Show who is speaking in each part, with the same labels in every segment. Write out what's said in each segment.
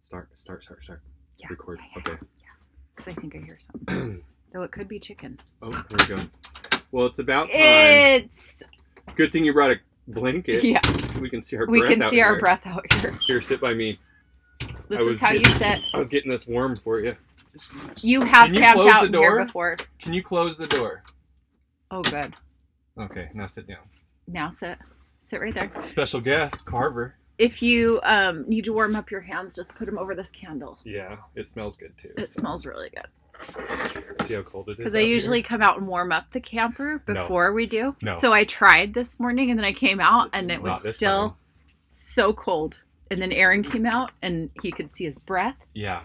Speaker 1: Start, start, start, start.
Speaker 2: Yeah,
Speaker 1: Record.
Speaker 2: yeah, yeah.
Speaker 1: Okay.
Speaker 2: Because I think I hear something. Though it could be chickens.
Speaker 1: Oh, here we go. Well, it's about time.
Speaker 2: It's
Speaker 1: Good thing you brought a blanket.
Speaker 2: yeah.
Speaker 1: We can see our
Speaker 2: We
Speaker 1: breath
Speaker 2: can
Speaker 1: out
Speaker 2: see our
Speaker 1: here.
Speaker 2: breath out here.
Speaker 1: Here, sit by me.
Speaker 2: This
Speaker 1: I
Speaker 2: is
Speaker 1: was
Speaker 2: how you
Speaker 1: getting-
Speaker 2: set.
Speaker 1: I was getting this warm for you.
Speaker 2: You have
Speaker 1: Can you
Speaker 2: camped
Speaker 1: close
Speaker 2: out
Speaker 1: the
Speaker 2: in here
Speaker 1: door?
Speaker 2: before.
Speaker 1: Can you close the door?
Speaker 2: Oh, good.
Speaker 1: Okay, now sit down.
Speaker 2: Now sit. Sit right there.
Speaker 1: Special guest, Carver.
Speaker 2: If you um, need to warm up your hands, just put them over this candle.
Speaker 1: Yeah, it smells good too.
Speaker 2: It
Speaker 1: so.
Speaker 2: smells really good.
Speaker 1: See how cold it is.
Speaker 2: Because I
Speaker 1: out here?
Speaker 2: usually come out and warm up the camper
Speaker 1: No.
Speaker 2: before we do.
Speaker 1: No.
Speaker 2: So I tried this morning and then I came out and it was
Speaker 1: Not this
Speaker 2: still
Speaker 1: time.
Speaker 2: so cold. And then Aaron came out and he could see his breath.
Speaker 1: Yeah,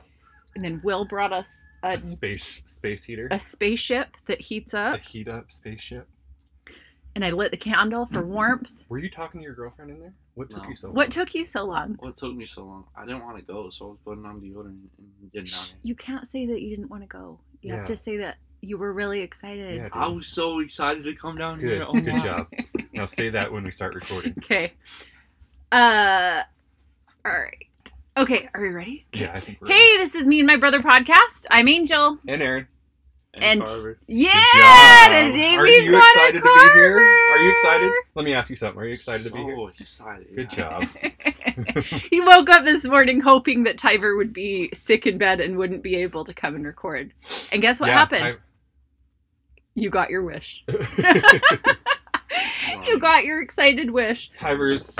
Speaker 2: And then Will brought us a,
Speaker 1: a space space heater,
Speaker 2: a spaceship that heats
Speaker 1: a
Speaker 2: up.
Speaker 1: heat up spaceship.
Speaker 2: And I lit the candle for
Speaker 1: Mm-hmm.
Speaker 2: warmth.
Speaker 1: Were you talking to your girlfriend in there? What took
Speaker 3: No.
Speaker 1: you so long?
Speaker 2: What took you so long?
Speaker 3: Well, it took me so long. I didn't want to go, so I was putting on deodorant and getting
Speaker 2: Shh,
Speaker 3: out.
Speaker 2: You can't say that you didn't want to go. You
Speaker 1: Yeah.
Speaker 2: have to say that you were really excited.
Speaker 1: Yeah,
Speaker 3: I
Speaker 1: dude.
Speaker 3: was so excited to come down
Speaker 1: Good,
Speaker 3: here. Oh
Speaker 1: good
Speaker 3: my-
Speaker 1: job. Now say that when we start recording.
Speaker 2: Okay. Uh, all right. Okay, are we ready?
Speaker 1: Yeah, I think we're
Speaker 2: Hey, this is me and my brother podcast. I'm Angel.
Speaker 1: and Aaron.
Speaker 2: And,
Speaker 3: Carver.
Speaker 2: yeah,
Speaker 1: Good job.
Speaker 2: today
Speaker 1: Are
Speaker 2: we've
Speaker 1: you
Speaker 2: got a
Speaker 1: excited to be here? Are you excited?
Speaker 2: Carver.
Speaker 1: Let me ask you something. Are you excited to be here?
Speaker 3: So excited.
Speaker 1: Good
Speaker 3: yeah.
Speaker 1: job.
Speaker 2: he woke up this morning hoping that Tyver would be sick in bed and wouldn't be able to come and record. And guess what
Speaker 1: Yeah,
Speaker 2: happened?
Speaker 1: I-
Speaker 2: You got your wish.
Speaker 3: Nice.
Speaker 2: you got your excited wish.
Speaker 1: Tyver's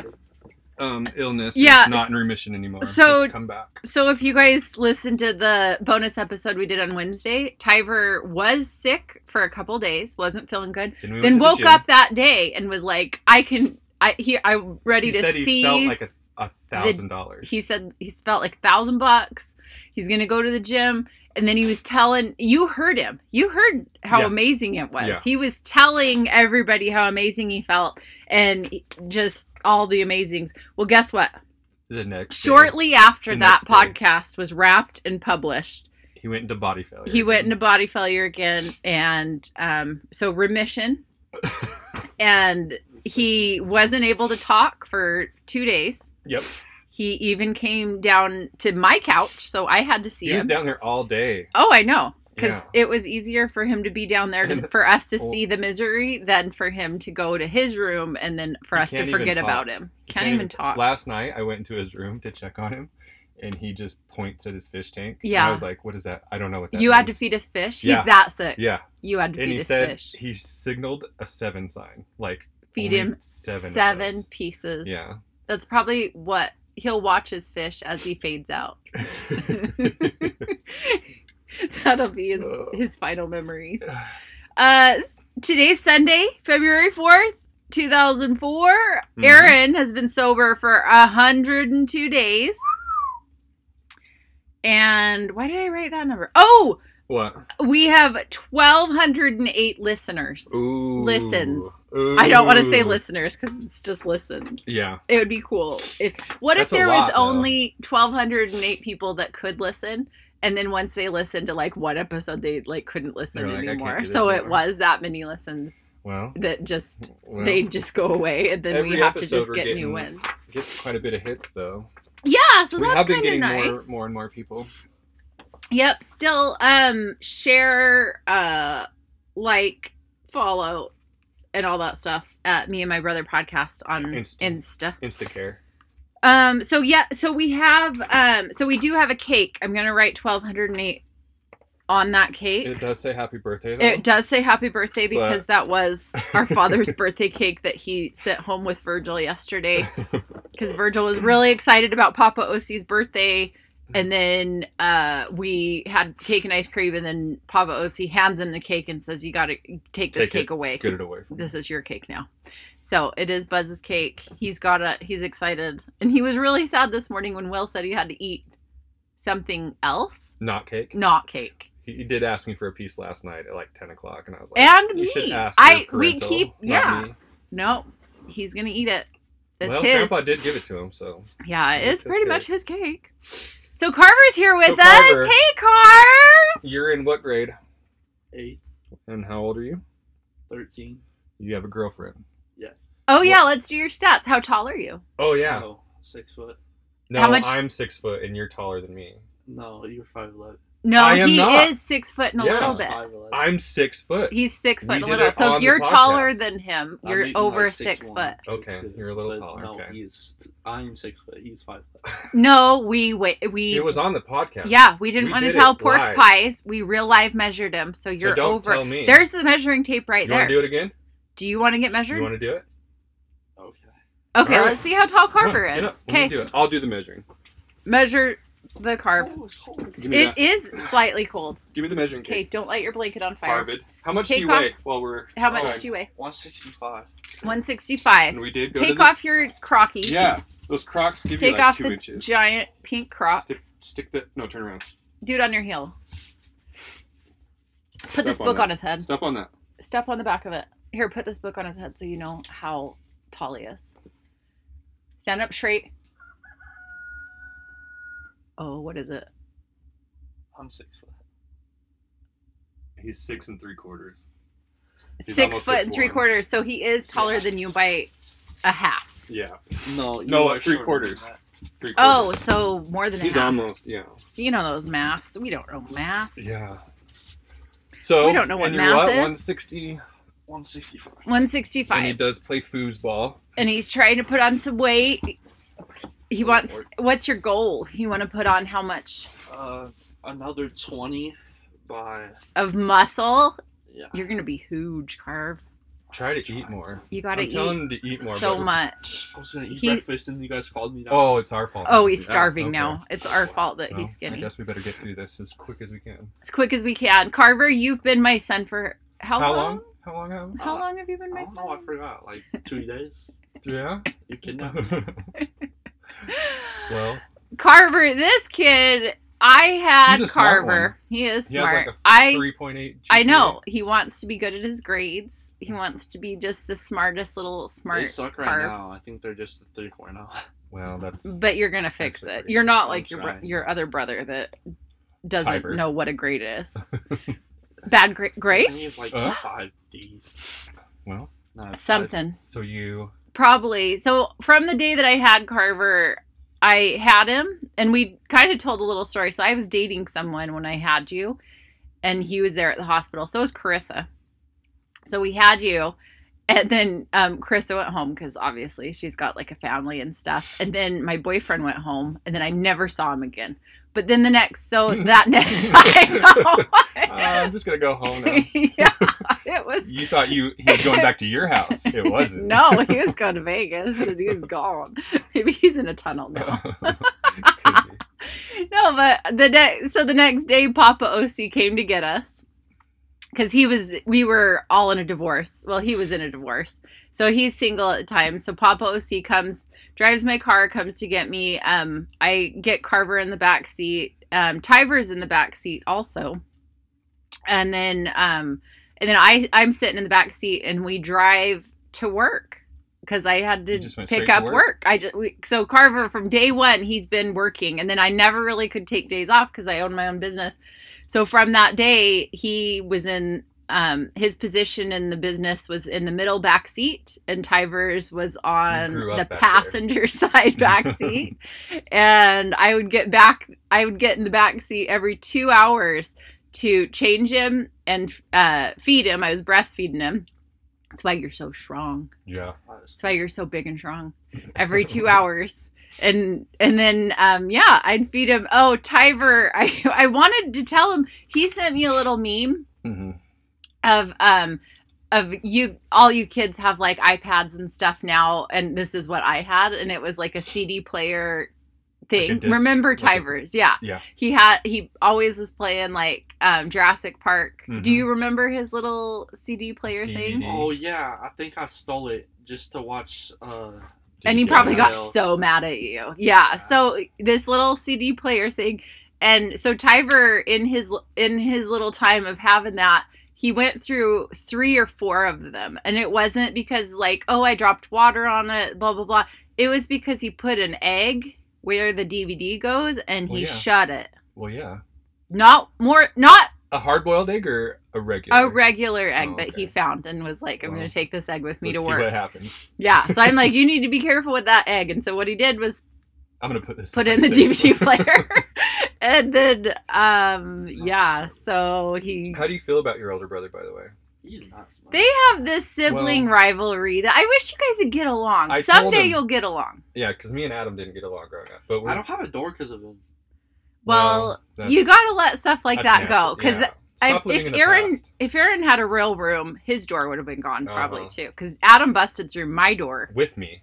Speaker 1: um, illness
Speaker 2: Yeah,
Speaker 1: is not in
Speaker 2: s-
Speaker 1: remission anymore.
Speaker 2: so-
Speaker 1: it's come back.
Speaker 2: So if you guys listened to the bonus episode we did on Wednesday, Tyver was sick for a couple days, wasn't feeling good.
Speaker 1: Then, we went
Speaker 2: then
Speaker 1: to the
Speaker 2: woke
Speaker 1: gym.
Speaker 2: up that day and was like, I can I he I'm ready
Speaker 1: He
Speaker 2: to
Speaker 1: said
Speaker 2: see
Speaker 1: he felt like a, a thousand dollars.
Speaker 2: he said he felt like thousand bucks. He's gonna go to the gym, and then he was telling you heard him. You heard how
Speaker 1: Yeah.
Speaker 2: amazing it was.
Speaker 1: Yeah.
Speaker 2: He was telling everybody how amazing he felt, and just all the amazings. Well, guess what?
Speaker 1: the next day,
Speaker 2: Shortly after
Speaker 1: The
Speaker 2: that
Speaker 1: next day.
Speaker 2: podcast was wrapped and published,
Speaker 1: he went into body failure.
Speaker 2: he went into body failure again, and um, so remission, and he wasn't able to talk for two days.
Speaker 1: Yep.
Speaker 2: He even came down to my couch, so I had to see
Speaker 1: He was
Speaker 2: him.
Speaker 1: down there all day.
Speaker 2: Oh, I know, because
Speaker 1: Yeah. Oh.
Speaker 2: it was easier for him to be down there to, for us to
Speaker 1: Well-
Speaker 2: see the misery than for him to go to his room and then for
Speaker 1: He
Speaker 2: us to
Speaker 1: can't even
Speaker 2: forget
Speaker 1: talk.
Speaker 2: about him.
Speaker 1: He
Speaker 2: Can't, even talk.
Speaker 1: Last night I went into his room to check on him, and he just points at his fish tank. And
Speaker 2: Yeah.
Speaker 1: I was like, "What is that? I don't know what that."
Speaker 2: you had to
Speaker 1: means."
Speaker 2: feed his fish.
Speaker 1: Yeah.
Speaker 2: He's that sick.
Speaker 1: Yeah,
Speaker 2: You had to
Speaker 1: and
Speaker 2: feed
Speaker 1: he
Speaker 2: his
Speaker 1: said
Speaker 2: fish.
Speaker 1: he signaled a seven sign, like
Speaker 2: Feed
Speaker 1: only
Speaker 2: him
Speaker 1: seven. of
Speaker 2: seven
Speaker 1: those.
Speaker 2: pieces.
Speaker 1: Yeah.
Speaker 2: That's probably what he'll watch his fish as he fades out. That'll be his,
Speaker 1: Ugh.
Speaker 2: his final memories. Uh, today's Sunday, February 4th, 2004.
Speaker 1: Mhm.
Speaker 2: Aaron has been sober for 102 days. And why did I write that number? Oh,
Speaker 1: what?
Speaker 2: we have 1,208 listeners.
Speaker 1: Ooh.
Speaker 2: Listens. I don't want to say
Speaker 1: Ooh.
Speaker 2: listeners because it's just listens.
Speaker 1: Yeah.
Speaker 2: It would be cool if. What
Speaker 1: That's a
Speaker 2: if there was
Speaker 1: lot, though.
Speaker 2: only twelve hundred and eight people that could listen, and then once they listened to like one episode, they like couldn't listen
Speaker 1: They're like, "I can't
Speaker 2: anymore.
Speaker 1: do this
Speaker 2: so it
Speaker 1: anymore.
Speaker 2: was that many listens
Speaker 1: Well,
Speaker 2: that just
Speaker 1: well
Speaker 2: they just go away, and then we
Speaker 1: Every
Speaker 2: have to
Speaker 1: episode
Speaker 2: just
Speaker 1: we're
Speaker 2: get new
Speaker 1: getting-
Speaker 2: wins.
Speaker 1: gets quite a bit of hits though.
Speaker 2: Yeah, so
Speaker 1: we
Speaker 2: that's
Speaker 1: have been
Speaker 2: kind
Speaker 1: getting
Speaker 2: of nice.
Speaker 1: more, more and more people.
Speaker 2: Yep. Still, um, share, uh, like, follow, and all that stuff at me and my brother podcast on
Speaker 1: Insta.
Speaker 2: Insta.
Speaker 1: Instacare.
Speaker 2: Um. So yeah. So we have. Um. So we do have a cake. I'm gonna write 1208 on that cake.
Speaker 1: It does say happy birthday though.
Speaker 2: It does say happy birthday
Speaker 1: But-
Speaker 2: because that was our father's birthday cake that he sent home with Virgil yesterday. Because Virgil was really excited about Papa OC's birthday. And then uh, we had cake and ice cream. And then Papa OC hands him the cake and says, You got to take
Speaker 1: Take
Speaker 2: this
Speaker 1: it.
Speaker 2: cake away.
Speaker 1: Get it away from
Speaker 2: This is your cake now. So it is Buzz's cake. He's got a, he's excited. And he was really sad this morning when Will said he had to eat something else,
Speaker 1: not cake.
Speaker 2: not cake.
Speaker 1: He, he did ask me for a piece last night at like ten o'clock, and I was like,
Speaker 2: And
Speaker 1: you
Speaker 2: me.
Speaker 1: should ask.
Speaker 2: I-
Speaker 1: for
Speaker 2: we
Speaker 1: parental,
Speaker 2: keep-
Speaker 1: not
Speaker 2: yeah.
Speaker 1: me."
Speaker 2: No, he's gonna eat it. It's
Speaker 1: well,
Speaker 2: his.
Speaker 1: Grandpa did give it to him, so
Speaker 2: yeah,
Speaker 1: it's
Speaker 2: it's
Speaker 1: his
Speaker 2: pretty
Speaker 1: cake.
Speaker 2: much his cake. So Carver's here with
Speaker 1: So
Speaker 2: us.
Speaker 1: Carver-
Speaker 2: Hey, Carv.
Speaker 1: you're in what grade?
Speaker 3: Eight,
Speaker 1: And how old are you?
Speaker 3: 13,
Speaker 1: You have a girlfriend.
Speaker 3: yes.
Speaker 2: Oh yeah, let's do your stats. How tall are you?
Speaker 1: Oh yeah.
Speaker 3: No, six foot.
Speaker 1: No,
Speaker 2: How much-
Speaker 1: I'm six foot and you're taller than me.
Speaker 3: No, you're five eleven.
Speaker 2: No,
Speaker 1: I am
Speaker 2: he
Speaker 1: not.
Speaker 2: is six foot and a
Speaker 1: Yeah.
Speaker 2: little bit.
Speaker 3: Five eleven.
Speaker 1: I'm six foot.
Speaker 2: He's six
Speaker 1: We
Speaker 2: foot and a
Speaker 1: did
Speaker 2: little.
Speaker 1: it
Speaker 2: So
Speaker 1: on
Speaker 2: if
Speaker 1: the
Speaker 2: you're taller
Speaker 1: podcast.
Speaker 2: than him, you're over six, foot.
Speaker 1: Okay, you're a little taller,
Speaker 3: No,
Speaker 1: okay.
Speaker 3: he is. I'm six foot. He's five foot.
Speaker 2: No, we wait. We
Speaker 1: it was on the podcast.
Speaker 2: yeah, we didn't
Speaker 1: We
Speaker 2: want to
Speaker 1: did
Speaker 2: tell
Speaker 1: it
Speaker 2: pork
Speaker 1: live.
Speaker 2: pies. We real live measured him. So
Speaker 1: So
Speaker 2: you're
Speaker 1: don't
Speaker 2: over.
Speaker 1: tell me.
Speaker 2: There's the measuring tape right
Speaker 1: You
Speaker 2: there.
Speaker 1: want to do it again?
Speaker 2: do you want to get measured?
Speaker 1: You want to do it?
Speaker 3: Okay.
Speaker 2: okay,
Speaker 1: All right.
Speaker 2: let's see how tall
Speaker 1: Come on,
Speaker 2: Carver
Speaker 1: get up.
Speaker 2: is.
Speaker 1: Let me
Speaker 2: Okay,
Speaker 1: do it. I'll do the measuring.
Speaker 2: measure the carve.
Speaker 3: Oh, it's cold.
Speaker 1: Give me
Speaker 2: It
Speaker 1: that.
Speaker 2: is slightly cold.
Speaker 1: Give me the measuring
Speaker 2: Okay,
Speaker 1: tape.
Speaker 2: don't light your blanket on fire.
Speaker 1: Harvard. How much
Speaker 2: Take
Speaker 1: do you
Speaker 2: off-
Speaker 1: weigh while we're
Speaker 2: How much
Speaker 1: Okay.
Speaker 2: do you weigh?
Speaker 3: 165.
Speaker 2: One
Speaker 1: And
Speaker 2: sixty-five.
Speaker 1: we did go to
Speaker 2: Take
Speaker 1: the-
Speaker 2: off your crockies.
Speaker 1: Yeah, those Crocs give
Speaker 2: Take
Speaker 1: you like
Speaker 2: off
Speaker 1: two
Speaker 2: the
Speaker 1: inches.
Speaker 2: giant pink Crocs.
Speaker 1: Stick, stick the no, turn around.
Speaker 2: Do it on your heel. Put this
Speaker 1: Step on
Speaker 2: book
Speaker 1: that.
Speaker 2: on his head.
Speaker 1: Step on that.
Speaker 2: Step on the back of it. Here, put this book on his head so you know how tall he is. Stand up straight. Oh, what is it?
Speaker 3: I'm six foot.
Speaker 1: He's six and three quarters. He's
Speaker 2: six
Speaker 1: almost
Speaker 2: foot and
Speaker 1: 6'1".
Speaker 2: three quarters. So he is taller than you by a half.
Speaker 1: Yeah,
Speaker 3: No,
Speaker 1: No,
Speaker 3: you
Speaker 1: like
Speaker 3: are
Speaker 1: three
Speaker 3: shorter than
Speaker 1: quarters.
Speaker 3: that.
Speaker 1: three
Speaker 2: Oh,
Speaker 1: quarters.
Speaker 2: so more than a
Speaker 1: he's
Speaker 2: half.
Speaker 1: almost yeah,
Speaker 2: You know those maths. We don't know math.
Speaker 1: yeah. So
Speaker 2: We don't know what
Speaker 1: and
Speaker 2: math
Speaker 1: you're what,
Speaker 2: is.
Speaker 1: 160,
Speaker 3: 165.
Speaker 1: and he
Speaker 2: 165.
Speaker 1: does play foosball.
Speaker 2: and he's trying to put on some weight. He wants. What's your goal? You want to put on how much
Speaker 3: Uh, another 20 by.
Speaker 2: of muscle?
Speaker 3: Yeah.
Speaker 2: You're gonna be huge, Carve.
Speaker 1: Try to eat more.
Speaker 2: You gotta
Speaker 1: I'm telling him to eat
Speaker 2: eat
Speaker 1: more.
Speaker 2: so
Speaker 1: but-
Speaker 2: much.
Speaker 3: I was gonna eat
Speaker 2: He-
Speaker 3: breakfast and you guys called me. Down.
Speaker 1: Oh, it's our fault.
Speaker 2: Oh, he's
Speaker 1: Yeah,
Speaker 2: starving
Speaker 1: okay.
Speaker 2: now. It's our fault that
Speaker 1: Well,
Speaker 2: he's
Speaker 1: I
Speaker 2: skinny.
Speaker 1: guess we better get through this as quick as we can.
Speaker 2: As quick as we can, Carver. You've been my son for how,
Speaker 1: How
Speaker 2: long?
Speaker 1: long? How long? How long?
Speaker 2: How long have you been
Speaker 3: I
Speaker 2: my
Speaker 3: don't
Speaker 2: son?
Speaker 3: know. I forgot. Like two days.
Speaker 1: Yeah.
Speaker 3: You kidnapped me.
Speaker 1: well,
Speaker 2: Carver, this kid. I had
Speaker 1: He's a smart one.
Speaker 2: Carver. He is
Speaker 1: he has
Speaker 2: smart.
Speaker 1: like a
Speaker 2: I.
Speaker 1: 3.8.
Speaker 2: I
Speaker 1: GPA.
Speaker 2: know he wants to be good at his grades. He wants to be just the smartest little
Speaker 3: They
Speaker 2: smart
Speaker 3: suck right
Speaker 2: carve.
Speaker 3: now. I think they're just oh. a 3.0.
Speaker 1: Well, that's
Speaker 2: But you're gonna fix
Speaker 1: Actually,
Speaker 2: it. You're not
Speaker 3: I'm
Speaker 2: like your bro-
Speaker 3: trying.
Speaker 2: your other brother that doesn't
Speaker 1: Tyber.
Speaker 2: know what a grade is. Bad gra-
Speaker 3: I think
Speaker 2: grade,
Speaker 3: it's like
Speaker 1: Huh?
Speaker 3: five D's.
Speaker 1: well.
Speaker 3: No, five-
Speaker 2: something
Speaker 1: So you
Speaker 2: probably. So from the day that I had Carver, I had him, and we kind of told a little story. So I was dating someone when I had you, and he was there at the hospital. So was Carissa. So we had you, and then um, Carissa went home because obviously she's got like a family and stuff. And then my boyfriend went home, and then I never saw him again. But then the next, so that next,
Speaker 1: Uh,
Speaker 2: I
Speaker 1: I'm just gonna go home
Speaker 2: know.
Speaker 1: now.
Speaker 2: yeah, it was
Speaker 1: You thought you he was going back to your house. It wasn't.
Speaker 2: no, he was going to Vegas and he was gone. Maybe he's in a tunnel now.
Speaker 1: Could be.
Speaker 2: No, but the next so the next day Papa OC came to get us. Cause he was we were all in a divorce. Well, he was in a divorce. So he's single at the time. So Papa OC comes, drives my car, comes to get me. Um, I get Carver in the back seat. Um, Tyver's in the back seat also. And then um and then I I'm sitting in the back seat and we drive to work because I had to
Speaker 1: You just went straight
Speaker 2: pick
Speaker 1: to
Speaker 2: up
Speaker 1: work?
Speaker 2: work. I just we, so Carver from day one he's been working and then I never really could take days off because I own my own business. So from that day he was in um his position in the business was in the middle back seat and Tyver's was on
Speaker 1: grew up
Speaker 2: the
Speaker 1: back there.
Speaker 2: passenger side back seat and I would get back I would get in the back seat every 2 hours to change him and uh, feed him. I was breastfeeding him. That's why you're so strong.
Speaker 1: Yeah.
Speaker 2: That's why you're so big and strong. Every two hours. And and then um yeah, I'd feed him. Oh, Tyver, I I wanted to tell him he sent me a little meme
Speaker 1: hmm
Speaker 2: of um of you all you kids have like iPads and stuff now and this is what I had and it was like a CD player thing.
Speaker 1: disc,
Speaker 2: Remember
Speaker 1: like a-
Speaker 2: Tyver's, yeah.
Speaker 1: Yeah.
Speaker 2: He had he always was playing like um Jurassic Park. Do
Speaker 1: Mhm.
Speaker 2: you remember his little CD player thing?
Speaker 1: DVD.
Speaker 3: Oh yeah, I think I stole it just to watch. Uh,
Speaker 2: and he
Speaker 1: Yeah.
Speaker 2: probably got
Speaker 3: Nails.
Speaker 2: so mad at you. Yeah. So this little CD player thing, and so Tyver in his in his little time of having that, he went through three or four of them, and it wasn't because like oh I dropped water on it, blah blah blah. It was because he put an egg where the DVD goes, and
Speaker 1: Well,
Speaker 2: he
Speaker 1: Oh, yeah.
Speaker 2: shut it.
Speaker 1: Well, yeah.
Speaker 2: Not more, not
Speaker 1: A hard-boiled egg or a regular?
Speaker 2: a regular egg
Speaker 1: Oh,
Speaker 2: that he
Speaker 1: okay.
Speaker 2: found, and was like, "I'm
Speaker 1: Well,
Speaker 2: going to take this egg with me
Speaker 1: Let's
Speaker 2: to
Speaker 1: see
Speaker 2: work."
Speaker 1: what happens.
Speaker 2: Yeah. So I'm like, you need to be careful with that egg. And so what he did was
Speaker 1: I'm gonna put this.
Speaker 2: put
Speaker 1: my
Speaker 2: in the
Speaker 1: safe."
Speaker 2: DVD player. and then um yeah, so he
Speaker 1: How do you feel about your older brother, by the way?
Speaker 3: He's not smart.
Speaker 2: they have this sibling
Speaker 1: Well-
Speaker 2: rivalry that I wish you guys would get along.
Speaker 1: I told
Speaker 2: Someday
Speaker 1: him-
Speaker 2: you'll get along.
Speaker 1: Yeah, because me and Adam didn't get along growing up, but we
Speaker 3: I don't have a door because of him.
Speaker 2: Well,
Speaker 1: that's-
Speaker 2: you gotta let stuff like
Speaker 1: that's
Speaker 2: that
Speaker 1: natural.
Speaker 2: go because
Speaker 1: Yeah. Stop living in
Speaker 2: if
Speaker 1: the
Speaker 2: Aaron
Speaker 1: past.
Speaker 2: if Aaron had a real room, his door would have been gone probably
Speaker 1: Uh-huh.
Speaker 2: too. Because Adam busted through my door.
Speaker 1: with me,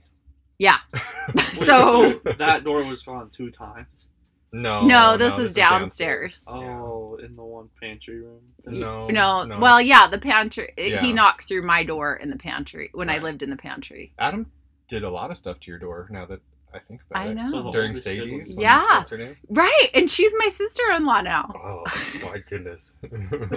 Speaker 3: Wait,
Speaker 2: so
Speaker 3: that door was found two times.
Speaker 1: oh, no,
Speaker 2: no, this
Speaker 1: is
Speaker 2: was downstairs.
Speaker 3: Oh, in the one pantry room.
Speaker 2: Y-
Speaker 1: No,
Speaker 2: no,
Speaker 1: no.
Speaker 2: well, yeah, the pantry.
Speaker 1: Yeah.
Speaker 2: He knocked through my door in the pantry when I
Speaker 1: Right.
Speaker 2: lived in the pantry.
Speaker 1: Adam did a lot of stuff to your door. Now that I think about
Speaker 2: I
Speaker 1: it,
Speaker 2: know. So
Speaker 3: the
Speaker 1: during
Speaker 3: oldest
Speaker 1: Sadie's,
Speaker 3: sibling.
Speaker 1: when-
Speaker 2: Yeah.
Speaker 1: what's her name?
Speaker 2: Right, and she's my sister-in-law now.
Speaker 1: Oh my goodness.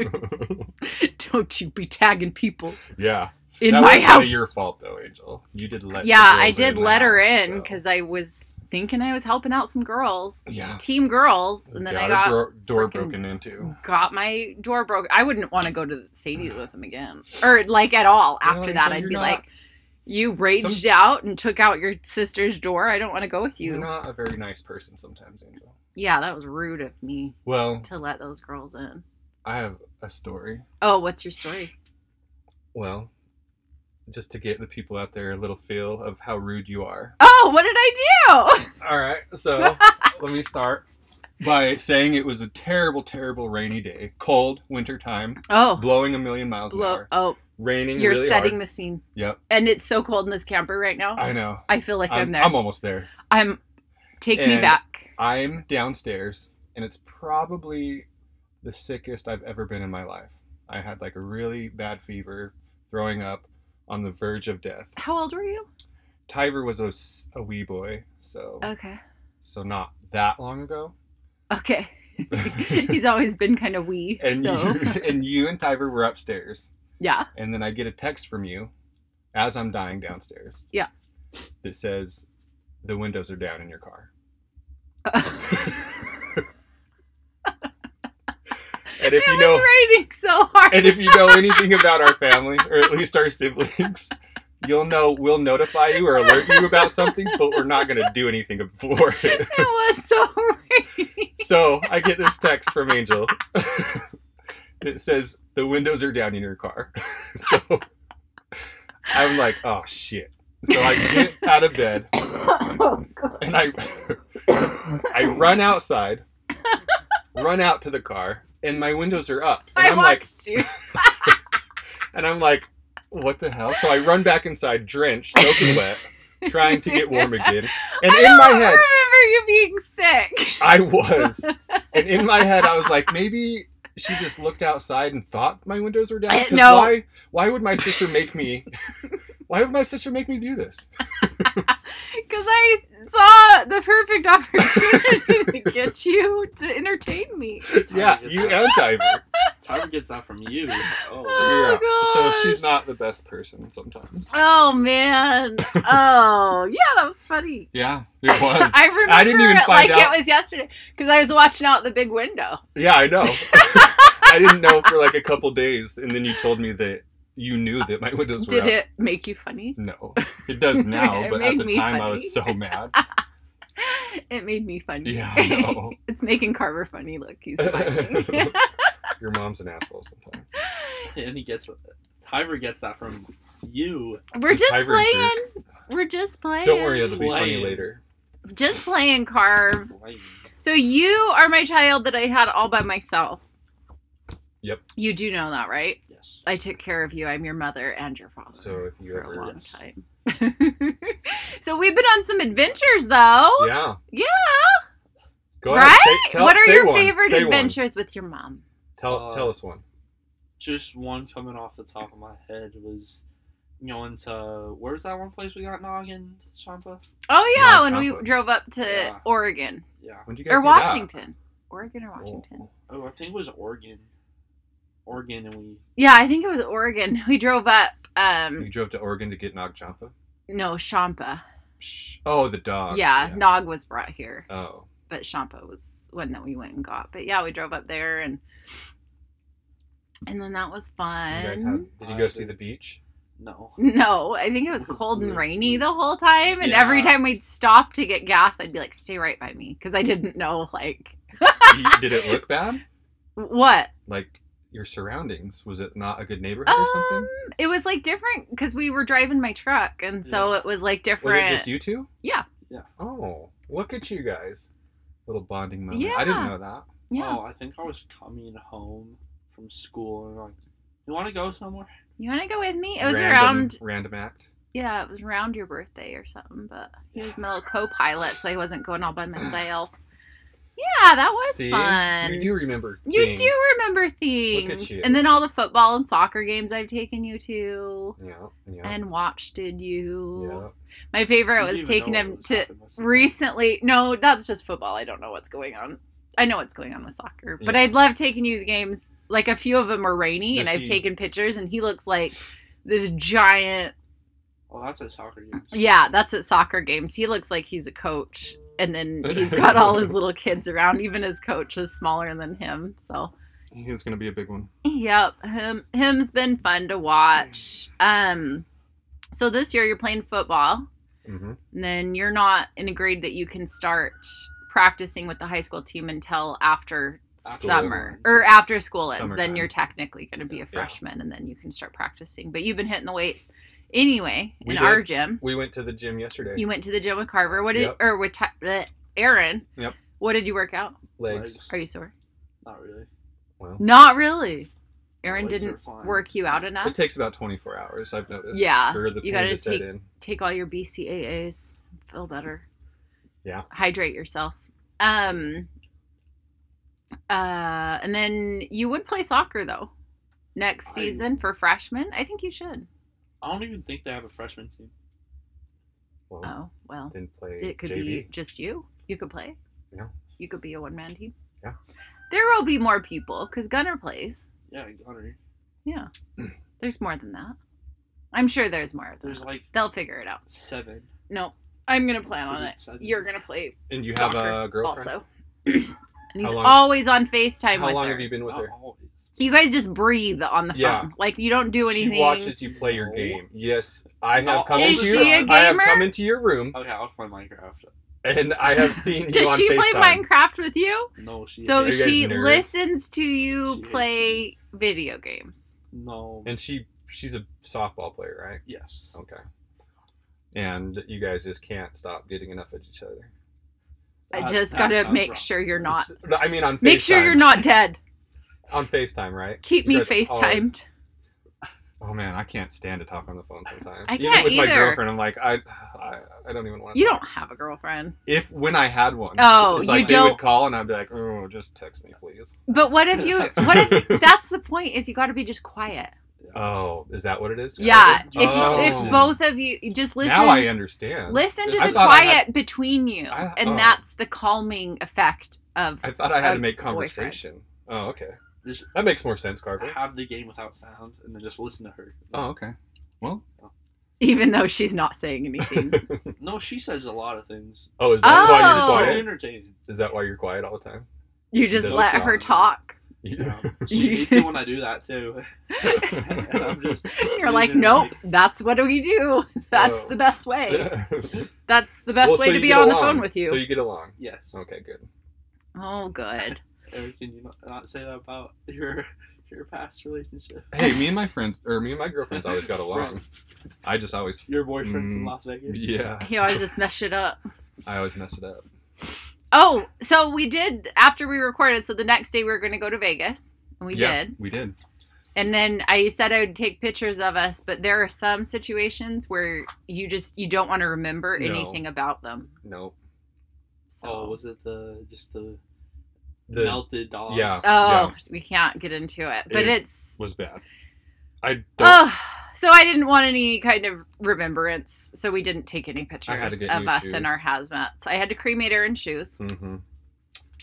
Speaker 1: Oh.
Speaker 2: Don't you be tagging people
Speaker 1: yeah,
Speaker 2: in
Speaker 1: that was
Speaker 2: my
Speaker 1: kinda
Speaker 2: house.
Speaker 1: your fault though, Angel. You did let. the
Speaker 2: yeah, I
Speaker 1: girls
Speaker 2: did
Speaker 1: in the
Speaker 2: let her
Speaker 1: house,
Speaker 2: in
Speaker 1: so-
Speaker 2: because I was thinking I was helping out some girls,
Speaker 1: Yeah.
Speaker 2: team girls, and then
Speaker 1: Got
Speaker 2: I
Speaker 1: her
Speaker 2: got
Speaker 1: bro- door
Speaker 2: freaking-
Speaker 1: broken into.
Speaker 2: got my door broke. I wouldn't want to go to Sadie's with him again, or like at all. After
Speaker 1: Well,
Speaker 2: that,
Speaker 1: you're
Speaker 2: I'd be
Speaker 1: not-
Speaker 2: like, "You raged out and took out your sister's door. I don't want to go with
Speaker 1: You're
Speaker 2: you."
Speaker 1: not a very nice person sometimes, Angel.
Speaker 2: Yeah, that was rude of me
Speaker 1: Well,
Speaker 2: to let those girls in.
Speaker 1: I have a story.
Speaker 2: Oh, what's your story?
Speaker 1: Well, just to get the people out there a little feel of how rude you are.
Speaker 2: Oh, what did I do?
Speaker 1: All right, so let me start by saying it was a terrible, terrible rainy day, cold winter time,
Speaker 2: Oh,
Speaker 1: blowing a million miles an
Speaker 2: blow.
Speaker 1: hour,
Speaker 2: Oh,
Speaker 1: raining.
Speaker 2: you're
Speaker 1: really
Speaker 2: setting
Speaker 1: hard.
Speaker 2: the scene,
Speaker 1: Yep,
Speaker 2: and it's so cold in this camper right now.
Speaker 1: I know.
Speaker 2: I feel like I'm, there.
Speaker 1: I'm almost there.
Speaker 2: I'm. Take me
Speaker 1: And-
Speaker 2: back.
Speaker 1: I'm downstairs, and it's probably the sickest I've ever been in my life. I had like a really bad fever, throwing up, on the verge of death.
Speaker 2: How old were you?
Speaker 1: Tyver was a, s- a wee boy, so
Speaker 2: Okay.
Speaker 1: so not that long ago.
Speaker 2: Okay. He's always been kind of wee.
Speaker 1: and
Speaker 2: so.
Speaker 1: you and you and Tyver were upstairs,
Speaker 2: Yeah.
Speaker 1: and then I get a text from you as I'm dying downstairs.
Speaker 2: Yeah.
Speaker 1: That says the windows are down in your car. and if
Speaker 2: it
Speaker 1: you
Speaker 2: was
Speaker 1: know
Speaker 2: raining so hard.
Speaker 1: and if you know anything about our family or at least our siblings, you'll know we'll notify you or alert you about something, but we're not going to do anything before it.
Speaker 2: it was so rainy.
Speaker 1: So I get this text from Angel that says the windows are down in your car. So I'm like, oh shit. So I get out of bed
Speaker 2: oh, God.
Speaker 1: and I I run outside, run out to the car, and my windows are up. And
Speaker 2: I
Speaker 1: am like
Speaker 2: watched you.
Speaker 1: and I'm like, what the hell? So I run back inside drenched, soaking wet, trying to get warm again. And
Speaker 2: I
Speaker 1: in my
Speaker 2: don't
Speaker 1: head
Speaker 2: remember you being sick.
Speaker 1: I was. And in my head, I was like, maybe she just looked outside and thought my windows were down. 'Cause
Speaker 2: No.
Speaker 1: Why, why would my sister make me? Why would my sister make me do this?
Speaker 2: Because I saw the perfect opportunity to get you to entertain me.
Speaker 1: yeah, you and Tiber.
Speaker 3: Timer gets that from you. Oh,
Speaker 2: Oh,
Speaker 1: So
Speaker 2: gosh.
Speaker 1: she's not the best person sometimes.
Speaker 2: Oh, man. Oh, yeah, that was funny.
Speaker 1: Yeah, it was.
Speaker 2: I remember
Speaker 1: I didn't even
Speaker 2: it
Speaker 1: find
Speaker 2: like
Speaker 1: out.
Speaker 2: it was yesterday because I was watching out the big window.
Speaker 1: yeah, I know. I didn't know for like a couple days, and then you told me that you knew that my windows were
Speaker 2: Did
Speaker 1: up.
Speaker 2: it make you funny?
Speaker 1: No, it does now,
Speaker 2: It
Speaker 1: but at
Speaker 2: made
Speaker 1: the
Speaker 2: me
Speaker 1: time I
Speaker 2: funny.
Speaker 1: was so mad.
Speaker 2: It made me funny.
Speaker 1: Yeah, I know.
Speaker 2: it's making Carver funny. Look, he's smiling.
Speaker 1: Your mom's an asshole sometimes.
Speaker 3: and he gets Timer gets that from you.
Speaker 2: We're just
Speaker 1: Tiger and
Speaker 2: playing. We're just playing.
Speaker 1: Don't worry, it'll be funny
Speaker 3: Playing.
Speaker 1: later.
Speaker 2: Just playing carve.
Speaker 3: Why you-
Speaker 2: So you are my child that I had all by myself.
Speaker 1: Yep.
Speaker 2: You do know that, right?
Speaker 3: Yes.
Speaker 2: I took care of you. I'm your mother and your father.
Speaker 1: So if you
Speaker 2: for a
Speaker 1: ever,
Speaker 2: long time. so we've been on some adventures though.
Speaker 1: yeah,
Speaker 2: Oh, Yeah.
Speaker 1: go
Speaker 2: Right?
Speaker 1: ahead. Say, tell,
Speaker 2: what are
Speaker 1: say
Speaker 2: your
Speaker 1: one.
Speaker 2: favorite
Speaker 1: Say one.
Speaker 2: adventures with your mom?
Speaker 1: Tell
Speaker 3: Uh,
Speaker 1: tell us one.
Speaker 3: Just one coming off the top of my head was going to where's that one place we got noggin, Shampa?
Speaker 2: Oh yeah,
Speaker 1: No,
Speaker 2: when we
Speaker 1: chocolate.
Speaker 2: drove up to
Speaker 3: Yeah.
Speaker 2: Oregon
Speaker 3: Yeah.
Speaker 1: When did you guys do
Speaker 2: or
Speaker 1: that?
Speaker 2: Washington. Oregon or Washington.
Speaker 3: Oh, I think it was Oregon. Oregon, and we
Speaker 2: Yeah, I think it was Oregon. We drove up.
Speaker 1: You
Speaker 2: Um,
Speaker 1: drove to Oregon to get Nog Champa.
Speaker 2: no, Shampa.
Speaker 1: Shh. Oh, the dog.
Speaker 2: yeah, Nog was brought here,
Speaker 1: Oh,
Speaker 2: but Shampa was one that we went and got. But yeah, we drove up there and and then that was
Speaker 1: you
Speaker 2: fun.
Speaker 1: guys had, did you go see the beach?
Speaker 3: No.
Speaker 2: No, I think it was cold and rainy the whole time. And
Speaker 3: Yeah.
Speaker 2: every time we'd stop to get gas, I'd be like, stay right by me. Because I didn't know, like,
Speaker 1: Did it look bad?
Speaker 2: what?
Speaker 1: Like your surroundings? Was it not a good neighborhood or
Speaker 2: Um,
Speaker 1: something?
Speaker 2: it was like different because we were driving my truck. And so
Speaker 3: Yeah.
Speaker 2: it was like
Speaker 1: Was
Speaker 2: different.
Speaker 1: it just you two?
Speaker 2: Yeah.
Speaker 3: Yeah.
Speaker 1: Oh, look at you guys. Little bonding moment. I
Speaker 2: Yeah.
Speaker 1: didn't know that.
Speaker 2: yeah.
Speaker 3: Oh, I think I was coming home from school and like, you want to go somewhere?
Speaker 2: You want to go with me? It was
Speaker 1: Random-
Speaker 2: around
Speaker 1: Random act.
Speaker 2: Yeah, it was around your birthday or something, but he was my little co-pilot, so I wasn't going all by myself. Yeah, that Oh, was
Speaker 1: See?
Speaker 2: fun.
Speaker 1: You do remember.
Speaker 2: You
Speaker 1: things.
Speaker 2: do remember things,
Speaker 1: you.
Speaker 2: and then all the football and soccer games I've taken you to
Speaker 1: Yeah. Yeah.
Speaker 2: and watched. Did
Speaker 1: yeah.
Speaker 2: you? My favorite
Speaker 3: You
Speaker 2: was
Speaker 3: didn't even
Speaker 2: taking
Speaker 3: know
Speaker 2: him
Speaker 3: what was
Speaker 2: to
Speaker 3: happening most of the time.
Speaker 2: recently. No, that's just football. I don't know what's going on. I know what's going on with soccer, but
Speaker 1: Yeah.
Speaker 2: I'd love taking you to the games. Like a few of them are rainy, and
Speaker 1: Does
Speaker 2: I've
Speaker 1: he-
Speaker 2: taken pictures, and he looks like this giant
Speaker 3: Oh, that's at soccer games.
Speaker 2: Yeah, that's at soccer games. He looks like he's a coach, and then he's got all his little kids around. Even his coach is smaller than him. So,
Speaker 1: It's gonna be a big one.
Speaker 2: yep, him him's been fun to watch. Um, so this year you're playing football,
Speaker 1: Mm-hmm.
Speaker 2: and then you're not in a grade that you can start practicing with the high school team until after.
Speaker 3: After
Speaker 2: summer
Speaker 3: school ends.
Speaker 2: or after school ends, then
Speaker 1: Summertime.
Speaker 2: you're technically going to be a freshman, and then you can start practicing. But you've been hitting the weights anyway
Speaker 1: We
Speaker 2: in
Speaker 1: did.
Speaker 2: our gym.
Speaker 1: We went to the gym yesterday.
Speaker 2: You went to the gym with Carver. What did
Speaker 1: Yep.
Speaker 2: or with Ty, uh, Aaron?
Speaker 1: Yep.
Speaker 2: What did you work out?
Speaker 1: Legs.
Speaker 2: Are you sore?
Speaker 3: Not really.
Speaker 1: Well,
Speaker 2: Not really. Aaron
Speaker 3: Legs are
Speaker 2: didn't
Speaker 3: fine.
Speaker 2: work you out enough.
Speaker 1: it takes about 24 hours. I've noticed.
Speaker 2: Yeah,
Speaker 1: For the pain
Speaker 2: you gotta
Speaker 1: to set
Speaker 2: take-
Speaker 1: in.
Speaker 2: Take all your BCAAs. Feel better.
Speaker 1: Yeah.
Speaker 2: Hydrate yourself. Um. Uh, and then you would play soccer though, next
Speaker 3: I-
Speaker 2: season for freshmen. I think you should.
Speaker 3: I don't even think they have a freshman team.
Speaker 1: Well,
Speaker 2: Oh well,
Speaker 1: didn't play.
Speaker 2: it could
Speaker 1: JV.
Speaker 2: be just you. You could play.
Speaker 1: Yeah.
Speaker 2: You could be a one man team.
Speaker 1: Yeah.
Speaker 2: There will be more people because Gunner plays.
Speaker 3: Yeah, Gunner.
Speaker 2: There's more than that. I'm sure there's more. Than
Speaker 3: There's
Speaker 2: that.
Speaker 3: like
Speaker 2: They'll figure it out.
Speaker 3: seven.
Speaker 2: No, I'm gonna plan on it.
Speaker 3: Seven.
Speaker 2: You're gonna play
Speaker 1: And you
Speaker 2: Soccer
Speaker 1: have a girlfriend.
Speaker 2: also. and he's
Speaker 1: How long-
Speaker 2: always on Facetime
Speaker 1: How
Speaker 2: with
Speaker 1: long
Speaker 2: her.
Speaker 1: have you been with
Speaker 3: Not
Speaker 1: her?
Speaker 3: always.
Speaker 2: You guys just breathe on the phone.
Speaker 1: Yeah.
Speaker 2: Like you don't do anything.
Speaker 1: She watches you play your game. Yes, I have
Speaker 3: No,
Speaker 1: come
Speaker 3: Is
Speaker 1: into
Speaker 3: she
Speaker 1: your,
Speaker 3: a
Speaker 1: I have
Speaker 2: gamer?
Speaker 1: come into your room
Speaker 3: Okay, I was playing Minecraft.
Speaker 1: and I have seen you
Speaker 2: Does
Speaker 1: on
Speaker 2: she play
Speaker 1: FaceTime.
Speaker 2: Minecraft with you?
Speaker 3: No, she.
Speaker 2: so
Speaker 1: Are you
Speaker 3: hates
Speaker 1: guys
Speaker 2: she
Speaker 1: nerds?
Speaker 2: listens to you
Speaker 3: She hates
Speaker 2: play video games.
Speaker 3: No.
Speaker 1: And Oh. she she's a softball player, right?
Speaker 3: yes.
Speaker 1: Okay. And you guys just can't stop getting enough at each other.
Speaker 2: I
Speaker 3: That-
Speaker 2: just
Speaker 3: that
Speaker 2: gotta
Speaker 3: sounds
Speaker 2: make
Speaker 3: wrong.
Speaker 2: sure you're not.
Speaker 1: S- I mean, on FaceTime.
Speaker 2: Make sure you're not dead.
Speaker 1: on FaceTime, right?
Speaker 2: Keep
Speaker 1: You
Speaker 2: me
Speaker 1: guys always-
Speaker 2: FaceTimed.
Speaker 1: Oh man, I can't stand to talk on the phone sometimes.
Speaker 2: I
Speaker 1: even
Speaker 2: can't
Speaker 1: with my
Speaker 2: either.
Speaker 1: girlfriend, I'm like, I, I, I don't even want. to
Speaker 2: You don't have a girlfriend.
Speaker 1: If when I had one,
Speaker 2: Oh,
Speaker 1: it's
Speaker 2: you
Speaker 1: like They
Speaker 2: don't-
Speaker 1: would call and I'd be like, oh, just text me, please.
Speaker 2: But what if you? What if that's the point? Is you got to be just quiet.
Speaker 1: Oh, is that what it is?
Speaker 2: Yeah,
Speaker 3: Yeah,
Speaker 2: if you,
Speaker 1: Oh.
Speaker 2: if both of you you just listen,
Speaker 1: Now I understand.
Speaker 2: listen to
Speaker 1: I
Speaker 2: the
Speaker 1: thought I
Speaker 2: quiet
Speaker 1: had-
Speaker 2: between you,
Speaker 1: I-
Speaker 2: and
Speaker 1: oh.
Speaker 2: that's the calming effect of.
Speaker 1: I thought I had
Speaker 2: a
Speaker 1: to make
Speaker 2: Oh, boyfriend.
Speaker 1: conversation. Oh, okay.
Speaker 3: Just
Speaker 1: That makes more sense, Carver.
Speaker 3: have the game without sound and then just listen to her.
Speaker 1: Oh, okay. Well,
Speaker 2: Even though she's not saying anything,
Speaker 3: No, she says a lot of things.
Speaker 1: oh, is that why you're
Speaker 2: Oh.
Speaker 3: Very
Speaker 1: quiet?
Speaker 3: entertaining.
Speaker 1: Is that why you're quiet all the time?
Speaker 2: you just
Speaker 1: Doesn't
Speaker 2: let
Speaker 1: sound-
Speaker 2: her talk.
Speaker 3: Yeah. She hates it when I do that too. And I'm just.
Speaker 2: You're like,
Speaker 3: Even
Speaker 2: nope,
Speaker 3: like-
Speaker 2: that's what we do. That's
Speaker 1: Oh.
Speaker 2: the best way. That's the best
Speaker 1: Well,
Speaker 2: way
Speaker 1: so
Speaker 2: to
Speaker 1: you
Speaker 2: be
Speaker 1: get
Speaker 2: on the
Speaker 1: along.
Speaker 2: phone with you.
Speaker 1: So you get along.
Speaker 3: Yes.
Speaker 1: Okay, good.
Speaker 2: Oh, good.
Speaker 3: Eric, can you not, not say that about your your past relationship?
Speaker 1: Hey, me and my friends, or me and my girlfriends, always got along. I just always,
Speaker 3: Your boyfriend's in
Speaker 1: Mm.
Speaker 3: Las Vegas.
Speaker 1: yeah,
Speaker 2: He always just mess it up.
Speaker 1: I always mess it up.
Speaker 2: Oh, so we did after we recorded. So the next day we were going to go to Vegas, and we
Speaker 1: Yeah,
Speaker 2: did.
Speaker 1: We did.
Speaker 2: And then I said I would take pictures of us, but there are some situations where you just you don't want to remember
Speaker 1: No.
Speaker 2: anything about them.
Speaker 1: No.
Speaker 2: So
Speaker 3: Oh, was it the just the,
Speaker 1: The
Speaker 3: melted dogs?
Speaker 1: yeah.
Speaker 2: Oh, we can't get into it, but
Speaker 1: It-
Speaker 2: it's
Speaker 1: was bad. I don't.
Speaker 2: oh, so I didn't want any kind of remembrance, so we didn't take any
Speaker 1: had
Speaker 2: pictures
Speaker 1: to
Speaker 2: of
Speaker 1: get new
Speaker 2: us in
Speaker 1: shoes.
Speaker 2: our hazmats. I had to cremate her in shoes.
Speaker 1: hmm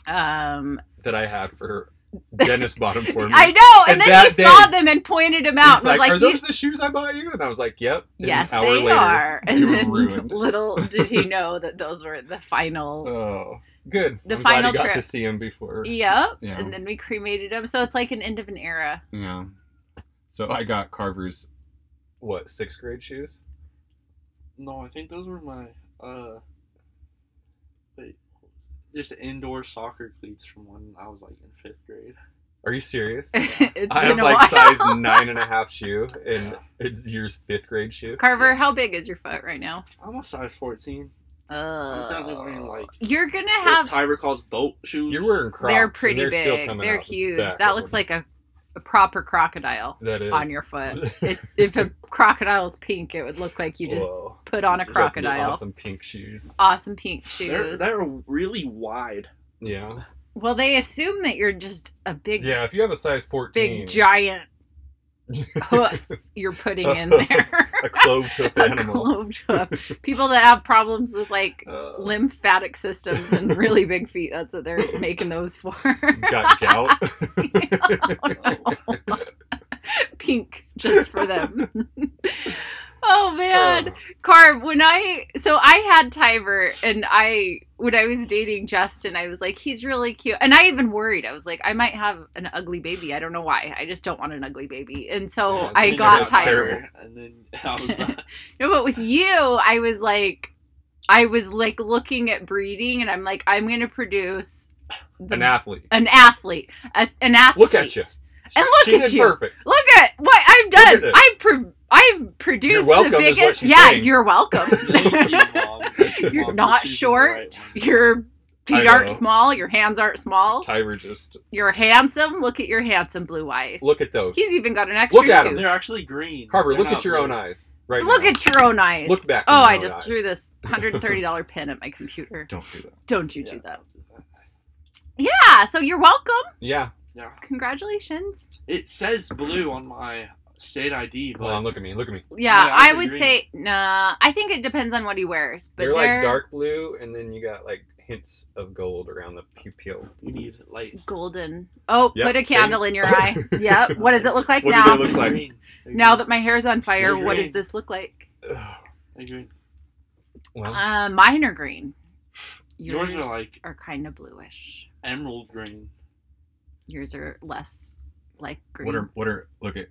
Speaker 2: Um,
Speaker 1: That I had for Dennis bottom for me.
Speaker 2: I know, and,
Speaker 1: And
Speaker 2: then he
Speaker 1: that day-
Speaker 2: saw them and pointed them out.
Speaker 1: He's
Speaker 2: and
Speaker 1: like,
Speaker 2: was like,
Speaker 1: "Are
Speaker 2: "You
Speaker 1: those the shoes I bought you?" And I was like, "Yep." And
Speaker 2: Yes,
Speaker 1: an hour
Speaker 2: they
Speaker 1: later,
Speaker 2: are.
Speaker 1: they
Speaker 2: And
Speaker 1: were
Speaker 2: then
Speaker 1: ruined.
Speaker 2: little did he know that those were the final.
Speaker 1: Oh, good.
Speaker 2: The
Speaker 1: I'm glad
Speaker 2: final
Speaker 1: you got
Speaker 2: trip.
Speaker 1: to see him before.
Speaker 2: yep.
Speaker 1: Uh, Yeah.
Speaker 2: And then we cremated him. So it's like an end of an era.
Speaker 1: Yeah. So I got Carver's what sixth grade shoes?
Speaker 3: No, I think those were my uh wait just indoor soccer cleats from when I was like in fifth grade.
Speaker 1: Are you serious?
Speaker 2: it's
Speaker 1: I have
Speaker 2: been a
Speaker 1: like
Speaker 2: while.
Speaker 1: size nine and a half shoe, and it's your fifth grade shoe.
Speaker 2: Carver, how big is your foot right now?
Speaker 3: I'm a size fourteen. I'm
Speaker 2: Uh,
Speaker 3: currently wearing like
Speaker 2: you're gonna
Speaker 3: what
Speaker 2: have.
Speaker 3: Tyra calls boat shoes.
Speaker 1: You're wearing Crocs.
Speaker 2: they're
Speaker 1: and
Speaker 2: pretty
Speaker 1: still
Speaker 2: big.
Speaker 1: coming
Speaker 2: They're
Speaker 1: out the
Speaker 2: huge.
Speaker 1: back
Speaker 2: That
Speaker 1: of
Speaker 2: looks
Speaker 1: them.
Speaker 2: like a, a proper crocodile
Speaker 1: that is
Speaker 2: on your foot. It, if a crocodile's pink, it would look like you just
Speaker 1: Whoa.
Speaker 2: put on a
Speaker 1: You got some
Speaker 2: crocodile. Awesome.
Speaker 1: Awesome pink shoes.
Speaker 2: pink
Speaker 3: They're,
Speaker 2: shoes.
Speaker 3: they're really wide.
Speaker 1: Yeah.
Speaker 2: Well, they assume that you're just a big,
Speaker 1: Yeah. If you have a size fourteen,
Speaker 2: big giant hoof you're putting in there.
Speaker 1: a clove hoof
Speaker 2: A
Speaker 1: animal.
Speaker 2: clobed hoof. People that have problems with like
Speaker 1: Uh,
Speaker 2: lymphatic systems and really big feet. That's what they're making those for.
Speaker 1: got gout.
Speaker 2: Oh Pink just for them. oh man. Carb, when I so I had Tiber and I when I was dating Justin, I was like, he's really cute. And I even worried. I was like, I might have an ugly baby. I don't know why. I just don't want an ugly baby. And so
Speaker 3: Yeah,
Speaker 2: Oh, I
Speaker 3: then
Speaker 2: got
Speaker 3: you
Speaker 1: Tiber.
Speaker 2: Tiber.
Speaker 3: and then I was not,
Speaker 2: No, but with you, I was like, I was like looking at breeding, and I'm like, I'm gonna produce the,
Speaker 1: An athlete.
Speaker 2: an athlete, a, an athlete.
Speaker 1: Look at you.
Speaker 2: And look
Speaker 1: she
Speaker 2: at
Speaker 1: did
Speaker 2: you.
Speaker 1: Perfect.
Speaker 2: Look at what I've done.
Speaker 1: Look at it.
Speaker 2: I pro- I've produced
Speaker 1: You're welcome
Speaker 2: the
Speaker 1: is what
Speaker 2: biggest.
Speaker 1: she's
Speaker 2: yeah,
Speaker 1: saying.
Speaker 2: you're welcome.
Speaker 3: Thank you, Mom. Thank you,
Speaker 2: You're
Speaker 3: Mom, for
Speaker 2: not
Speaker 3: choosing the
Speaker 2: short.
Speaker 3: right one.
Speaker 2: Your feet
Speaker 1: I
Speaker 2: aren't
Speaker 1: know.
Speaker 2: small. Your hands aren't small.
Speaker 1: Tiber just
Speaker 2: You're handsome. Look at your handsome blue eyes.
Speaker 1: look at those.
Speaker 2: He's even got an extra
Speaker 1: Look at him.
Speaker 2: tooth.
Speaker 3: They're actually green.
Speaker 1: Carver,
Speaker 3: They're
Speaker 1: look
Speaker 3: not
Speaker 1: at your own
Speaker 3: blue.
Speaker 1: eyes. Right.
Speaker 2: Look
Speaker 1: now.
Speaker 2: at your own eyes.
Speaker 1: Look back in
Speaker 2: Oh,
Speaker 1: your
Speaker 2: I
Speaker 1: own
Speaker 2: just
Speaker 1: eyes.
Speaker 2: threw this hundred thirty dollar pin at my computer.
Speaker 1: Don't do that.
Speaker 2: Don't you do
Speaker 3: Yeah.
Speaker 2: that? Yeah. So you're welcome.
Speaker 1: Yeah.
Speaker 3: Yeah.
Speaker 2: Congratulations.
Speaker 3: It says blue on my state ID, but
Speaker 1: Hold on. Look at me. Look at me.
Speaker 2: Yeah,
Speaker 3: Yeah, I
Speaker 2: I
Speaker 3: think
Speaker 2: would
Speaker 3: green.
Speaker 2: say nah. I think it depends on what he wears, but
Speaker 1: they're
Speaker 2: they're,
Speaker 1: like dark blue, and then you got like hints of gold around the pupil.
Speaker 3: we need light.
Speaker 2: golden. Oh,
Speaker 1: Yep,
Speaker 2: put a candle in your
Speaker 1: same.
Speaker 2: eye. yep. What does it look like
Speaker 1: What do
Speaker 2: now?
Speaker 1: they look like?
Speaker 3: Green. They're
Speaker 2: now
Speaker 3: green.
Speaker 2: that my hair's on fire,
Speaker 3: They're
Speaker 2: what does
Speaker 3: green.
Speaker 2: this look like?
Speaker 1: Ugh.
Speaker 3: They're green.
Speaker 1: well,
Speaker 2: Uh, mine are green.
Speaker 3: Yours are like-
Speaker 2: are kind of bluish.
Speaker 3: emerald green.
Speaker 2: Yours are less like green.
Speaker 1: what are what are look at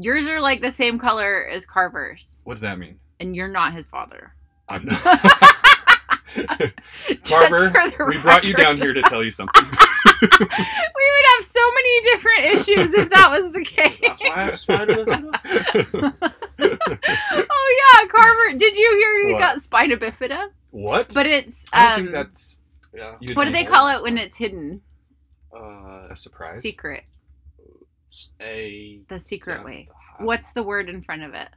Speaker 2: Yours are like the same color as Carver's,
Speaker 1: what does that mean?
Speaker 2: and you're not his father.
Speaker 1: I'm Carver,
Speaker 2: Just for the
Speaker 1: we brought you
Speaker 2: record.
Speaker 1: down here to tell you something.
Speaker 2: we would have so many different issues if that was the case.
Speaker 3: That's why I spotted them.
Speaker 2: oh yeah, Carver. Did you hear he
Speaker 1: What?
Speaker 2: got spina bifida?
Speaker 1: what?
Speaker 2: But it's
Speaker 1: I don't think
Speaker 2: um.
Speaker 1: that's.
Speaker 3: Yeah.
Speaker 1: you'd
Speaker 2: What do
Speaker 1: be
Speaker 2: they
Speaker 1: bold.
Speaker 2: call it when it's hidden?
Speaker 3: Uh,
Speaker 1: A surprise.
Speaker 2: Secret.
Speaker 3: a
Speaker 2: The secret
Speaker 3: yeah,
Speaker 2: way.
Speaker 3: the-
Speaker 2: What's the word in front of it?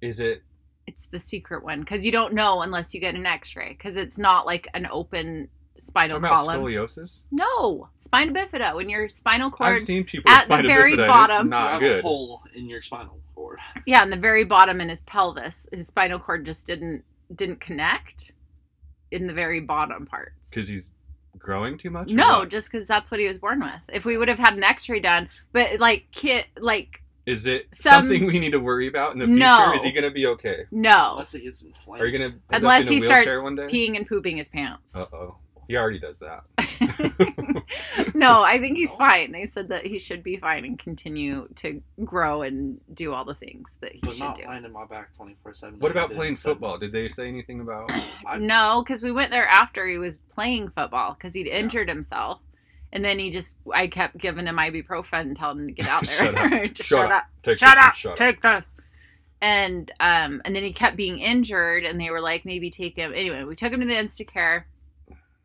Speaker 1: Is it?
Speaker 2: It's the secret one because you don't know unless you get an X-ray because it's not like an open spinal
Speaker 1: Talking about
Speaker 2: column.
Speaker 1: scoliosis.
Speaker 2: No, spina bifida when your spinal
Speaker 1: I've
Speaker 2: cord.
Speaker 1: seen people
Speaker 2: at
Speaker 1: with
Speaker 2: the
Speaker 1: spina
Speaker 2: very
Speaker 1: bifida.
Speaker 2: bottom.
Speaker 1: And it's
Speaker 3: You
Speaker 1: not
Speaker 3: have a
Speaker 1: good.
Speaker 3: hole in your spinal cord.
Speaker 2: Yeah, in the very bottom in his pelvis, his spinal cord just didn't didn't connect in the very bottom parts.
Speaker 1: Because he's growing too much. or
Speaker 2: No,
Speaker 1: what?
Speaker 2: just because that's what he was born with. If we would have had an X-ray done, but like kid, like
Speaker 1: Is it
Speaker 2: Some-
Speaker 1: something we need to worry about in the future?
Speaker 2: No.
Speaker 1: Is he going to be okay?
Speaker 2: no,
Speaker 3: Unless it gets inflamed.
Speaker 1: Are you going to
Speaker 2: unless
Speaker 1: up in a
Speaker 2: he
Speaker 1: wheelchair
Speaker 2: starts
Speaker 1: one day?
Speaker 2: peeing and pooping his pants.
Speaker 1: Uh oh, he already does that.
Speaker 2: no, I think he's
Speaker 3: No.
Speaker 2: fine. They said that he should be fine and continue to grow and do all the things that he
Speaker 3: But
Speaker 2: should
Speaker 3: not
Speaker 2: do.
Speaker 3: lying in my back 24 7.
Speaker 1: What about playing football? Did they say anything about?
Speaker 2: No, because we went there after he was playing football because he'd injured himself. And then he just, I kept giving him ibuprofen and telling him to get out there.
Speaker 1: Shut up.
Speaker 2: Just
Speaker 1: Shut
Speaker 2: shut up.
Speaker 1: Take
Speaker 2: Shut
Speaker 1: this and
Speaker 2: up.
Speaker 1: Shut up.
Speaker 2: Take this. And um, and then he kept being injured, and they were like, maybe take him. Anyway, we took him to the Instacare,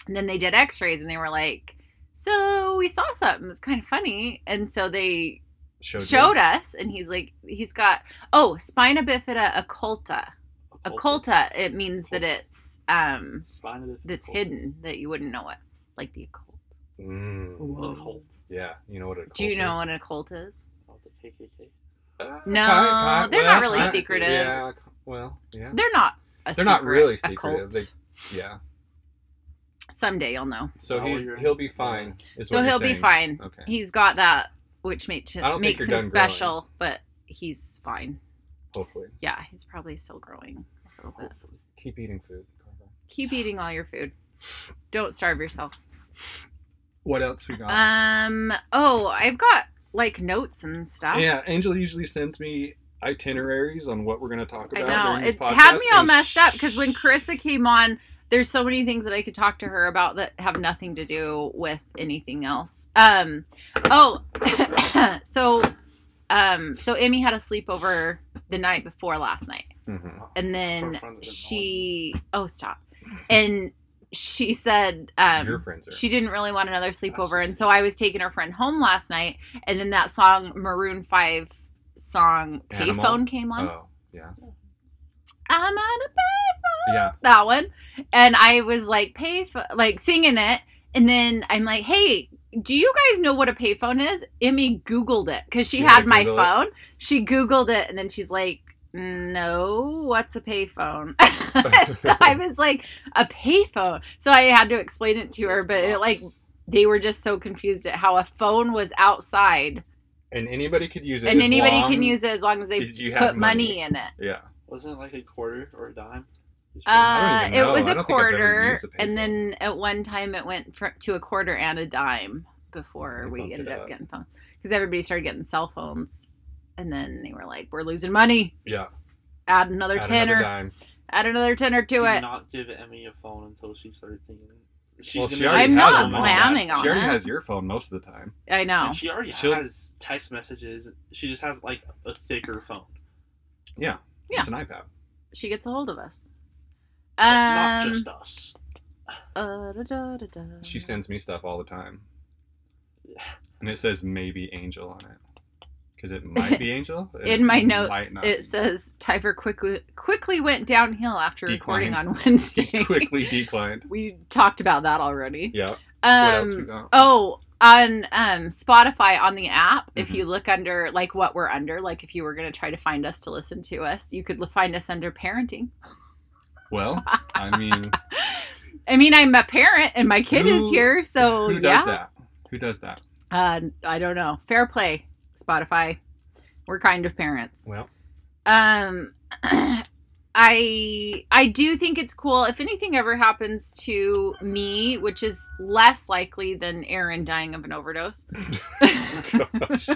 Speaker 2: and then they did X-rays, and they were like, so we saw something. It's kind of funny, and so they
Speaker 1: Showed,
Speaker 2: showed us and he's like he's got oh spina bifida occulta occulta it means that it's um
Speaker 3: Spina bifida.
Speaker 2: that's
Speaker 3: occulta.
Speaker 2: hidden that you wouldn't know it like the occult
Speaker 1: you. Mm,
Speaker 3: Occult.
Speaker 1: yeah, you know what a
Speaker 2: do you
Speaker 1: cult
Speaker 2: know
Speaker 1: is?
Speaker 2: what an occult is
Speaker 3: Oh, the KKK.
Speaker 1: Uh, kind-
Speaker 2: No,
Speaker 1: kind-
Speaker 2: they're
Speaker 1: well,
Speaker 2: not really
Speaker 1: kind-
Speaker 2: secretive.
Speaker 1: Yeah, well, yeah,
Speaker 2: they're not a
Speaker 1: They're not
Speaker 2: secret
Speaker 1: really
Speaker 2: occult.
Speaker 1: secretive. They- yeah.
Speaker 2: someday you'll know
Speaker 1: So
Speaker 3: Oh,
Speaker 1: he's
Speaker 3: you're-
Speaker 1: he'll be fine. is
Speaker 2: so
Speaker 1: what you're
Speaker 2: he'll be
Speaker 1: saying.
Speaker 2: fine
Speaker 1: Okay.
Speaker 2: he's got that which makes
Speaker 1: I don't
Speaker 2: him,
Speaker 1: think
Speaker 2: makes
Speaker 1: you're
Speaker 2: him
Speaker 1: done growing.
Speaker 2: special but he's fine
Speaker 1: Hopefully,
Speaker 2: yeah he's probably still growing a little bit.
Speaker 3: Hopefully.
Speaker 1: keep eating food. Carver.
Speaker 2: keep eating all your food don't starve yourself
Speaker 1: What else we
Speaker 2: Uh,
Speaker 1: got?
Speaker 2: um oh i've oh, got like notes and stuff
Speaker 1: yeah, Angel usually sends me itineraries on what we're going to talk
Speaker 2: I
Speaker 1: about.
Speaker 2: know.
Speaker 1: during this
Speaker 2: It
Speaker 1: podcast,
Speaker 2: had me all
Speaker 1: and
Speaker 2: messed up
Speaker 1: sh-
Speaker 2: because when Carissa came on, there's so many things that I could talk to her about that have nothing to do with anything else. Um, oh, so, um, so Emmy had a sleepover the night before last night,
Speaker 1: Mhm.
Speaker 2: and then
Speaker 3: friends didn't know.
Speaker 2: she, oh stop, and she said, um,
Speaker 1: Your friends are.
Speaker 2: she didn't really want another sleepover
Speaker 3: what
Speaker 2: and
Speaker 3: she
Speaker 2: so i was taking her friend home last night and then that song maroon 5 song
Speaker 1: Animal?
Speaker 2: payphone came on
Speaker 1: oh, yeah.
Speaker 2: i'm on a
Speaker 1: Yeah.
Speaker 2: that one and i was like payphone like singing it and then i'm like hey do you guys know what a payphone is emmy googled it because she,
Speaker 1: She had
Speaker 2: had
Speaker 1: to
Speaker 2: my
Speaker 1: Google it?
Speaker 2: phone she googled it and then she's like no what's a payphone so i was like a payphone so i had to explain it to her
Speaker 3: Just
Speaker 2: but it like
Speaker 3: nuts.
Speaker 2: they were just so confused at how a phone was outside
Speaker 1: And anybody could use it.
Speaker 2: and
Speaker 1: as
Speaker 2: anybody
Speaker 1: long
Speaker 2: can use it as long as they
Speaker 1: as you have
Speaker 2: put money. in it.
Speaker 1: Yeah.
Speaker 3: wasn't it like a quarter or a dime? Just
Speaker 2: Uh,
Speaker 1: don't even
Speaker 2: it
Speaker 1: know.
Speaker 2: was
Speaker 1: I
Speaker 2: a
Speaker 1: don't think I've ever
Speaker 2: quarter,
Speaker 1: used a payphone.
Speaker 2: and then at one time it went fr to a quarter and a dime before
Speaker 3: They
Speaker 2: we
Speaker 3: bumped
Speaker 2: ended
Speaker 3: it
Speaker 2: up
Speaker 3: up.
Speaker 2: getting phone because everybody started getting cell phones, and then they were like, "We're losing money.
Speaker 1: Yeah.
Speaker 2: Add another
Speaker 1: Add
Speaker 2: tenner.
Speaker 1: another dime.
Speaker 2: Add another tenner to
Speaker 3: Do
Speaker 2: it."
Speaker 3: not give Emmy a phone until she starts thinking. She's
Speaker 1: Well,
Speaker 3: gonna
Speaker 1: she
Speaker 3: be
Speaker 1: already
Speaker 2: I'm
Speaker 1: has
Speaker 2: not
Speaker 1: them
Speaker 3: so
Speaker 1: all.
Speaker 3: mad.
Speaker 2: planning on
Speaker 1: She already
Speaker 2: it.
Speaker 1: has your phone most of the time.
Speaker 2: I know.
Speaker 3: And she already
Speaker 1: She'll-
Speaker 3: has text messages. She just has like a thicker phone.
Speaker 1: Yeah.
Speaker 2: Yeah.
Speaker 1: It's an iPad.
Speaker 2: She gets a hold of us. Um,
Speaker 3: not just us.
Speaker 2: uh, da, da, da, da.
Speaker 1: She sends me stuff all the time. And it says maybe Angel on it. Because it might be Angel. and
Speaker 2: In my
Speaker 1: it
Speaker 2: notes,
Speaker 1: might not be.
Speaker 2: it says Tyver quickly quickly went downhill after recording
Speaker 1: Declined.
Speaker 2: on Wednesday.
Speaker 1: quickly declined.
Speaker 2: we talked about that already.
Speaker 1: Yeah. what else we
Speaker 2: Um,
Speaker 1: got?
Speaker 2: oh, on um, Spotify on the app, if
Speaker 1: Mhm.
Speaker 2: you look under like what we're under, like if you were going to try to find us to listen to us, you could l- find us under parenting.
Speaker 1: Well, I mean,
Speaker 2: I mean, I'm a parent and my kid is
Speaker 1: Who-
Speaker 2: here, so
Speaker 1: who does
Speaker 2: yeah.
Speaker 1: that? Who does that?
Speaker 2: Uh, I don't know. Fair play, Spotify. We're kind of parents.
Speaker 1: Well,
Speaker 2: Um, I I do think it's cool. If anything ever happens to me, which is less likely than Aaron dying of an overdose,
Speaker 1: gosh.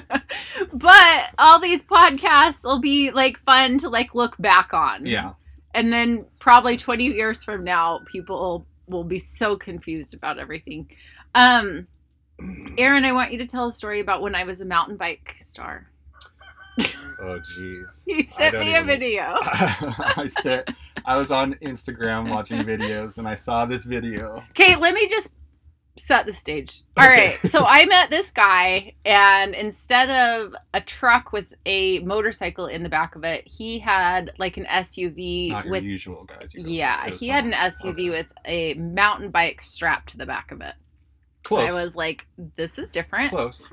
Speaker 2: but all these podcasts will be like fun to like look back on.
Speaker 1: yeah.
Speaker 2: and then probably twenty years from now, people will be so confused about everything. Um, Aaron, I want you to tell a story about when I was a mountain bike star. Mm.
Speaker 1: Oh, jeez.
Speaker 2: He
Speaker 1: I
Speaker 2: sent
Speaker 1: don't
Speaker 2: me a
Speaker 1: even-
Speaker 2: video.
Speaker 1: I said I was on Instagram watching videos, and I saw this video.
Speaker 2: Okay, let me just set the stage. All right,
Speaker 1: Okay.
Speaker 2: so I met this guy, and instead of a truck with a motorcycle in the back of it, he had like an SUV
Speaker 1: Not your
Speaker 2: with.
Speaker 1: usual guys. you know.
Speaker 2: Yeah,
Speaker 1: It was
Speaker 2: he had an
Speaker 1: someone-
Speaker 2: SUV
Speaker 1: okay.
Speaker 2: with a mountain bike strapped to the back of it.
Speaker 1: close.
Speaker 2: I was like, this is different.
Speaker 1: close.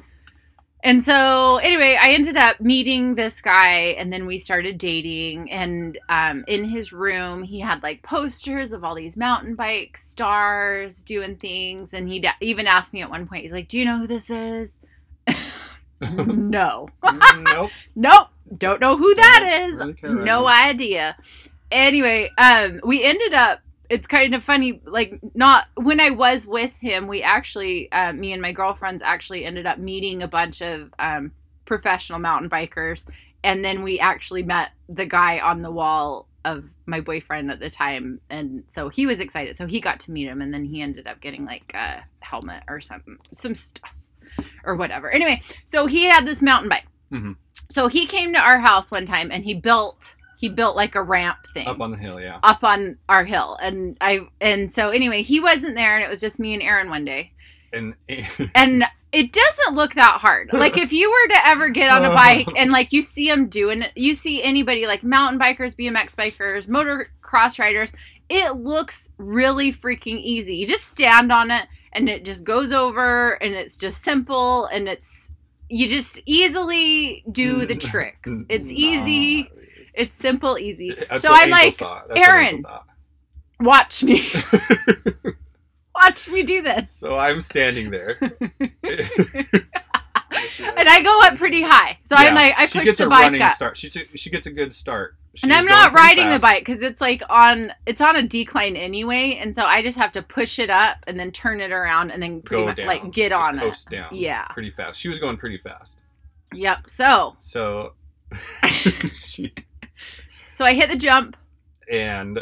Speaker 2: And so, anyway, I ended up meeting this guy, and then we started dating. And um, in his room, he had like posters of all these mountain bike stars doing things. And he da- even asked me at one point, he's like, "Do you know who this is?" no,
Speaker 1: nope.
Speaker 2: nope, don't know who that
Speaker 1: Don't
Speaker 2: is.
Speaker 1: really care right
Speaker 2: No
Speaker 1: now.
Speaker 2: idea. Anyway, um, we ended up. It's kind of funny, like not when I was with him. We actually, uh, me and my girlfriends actually ended up meeting a bunch of um, professional mountain bikers, and then we actually met the guy on the wall of my boyfriend at the time, and so he was excited, so he got to meet him, and then he ended up getting like a helmet or some some stuff or whatever. Anyway, so he had this mountain bike.
Speaker 1: Mhm.
Speaker 2: So he came to our house one time and he built he built like a ramp thing
Speaker 1: Up on the hill, yeah.
Speaker 2: up on our hill. And I and so anyway, he wasn't there and it was just me and Aaron one day.
Speaker 1: And
Speaker 2: And it doesn't look that hard. Like if you were to ever get on a bike and like you see them doing it, you see anybody like mountain bikers, BMX bikers, motocross riders, it looks really freaking easy. You just stand on it and it just goes over and it's just simple and it's you just easily do the
Speaker 1: Mm.
Speaker 2: tricks. It's
Speaker 3: Nah.
Speaker 2: easy, it's simple, easy.
Speaker 1: That's
Speaker 2: so
Speaker 1: what
Speaker 2: I'm
Speaker 1: Angel
Speaker 2: like,
Speaker 1: thought. That's what Angel
Speaker 2: "Aaron."
Speaker 1: thought.
Speaker 2: watch me. watch me do this.
Speaker 1: So I'm standing there.
Speaker 2: and I go up pretty high. So I'm
Speaker 1: Yeah.
Speaker 2: like I
Speaker 1: she
Speaker 2: push
Speaker 1: gets
Speaker 2: the
Speaker 1: a
Speaker 2: bike
Speaker 1: running
Speaker 2: up.
Speaker 1: Start. She, t- she gets a good start. She
Speaker 2: and
Speaker 1: was
Speaker 2: I'm
Speaker 1: going
Speaker 2: not
Speaker 1: pretty
Speaker 2: riding the
Speaker 1: fast.
Speaker 2: bike because it's like on it's on a decline anyway, and so I just have to push it up and then turn it around and then pretty
Speaker 1: Go
Speaker 2: much
Speaker 1: down.
Speaker 2: like get
Speaker 1: Just
Speaker 2: on it.
Speaker 1: coast down.
Speaker 2: Yeah.
Speaker 1: Pretty fast. She was going pretty fast.
Speaker 2: Yep. So
Speaker 1: So she,
Speaker 2: So I hit the jump
Speaker 1: and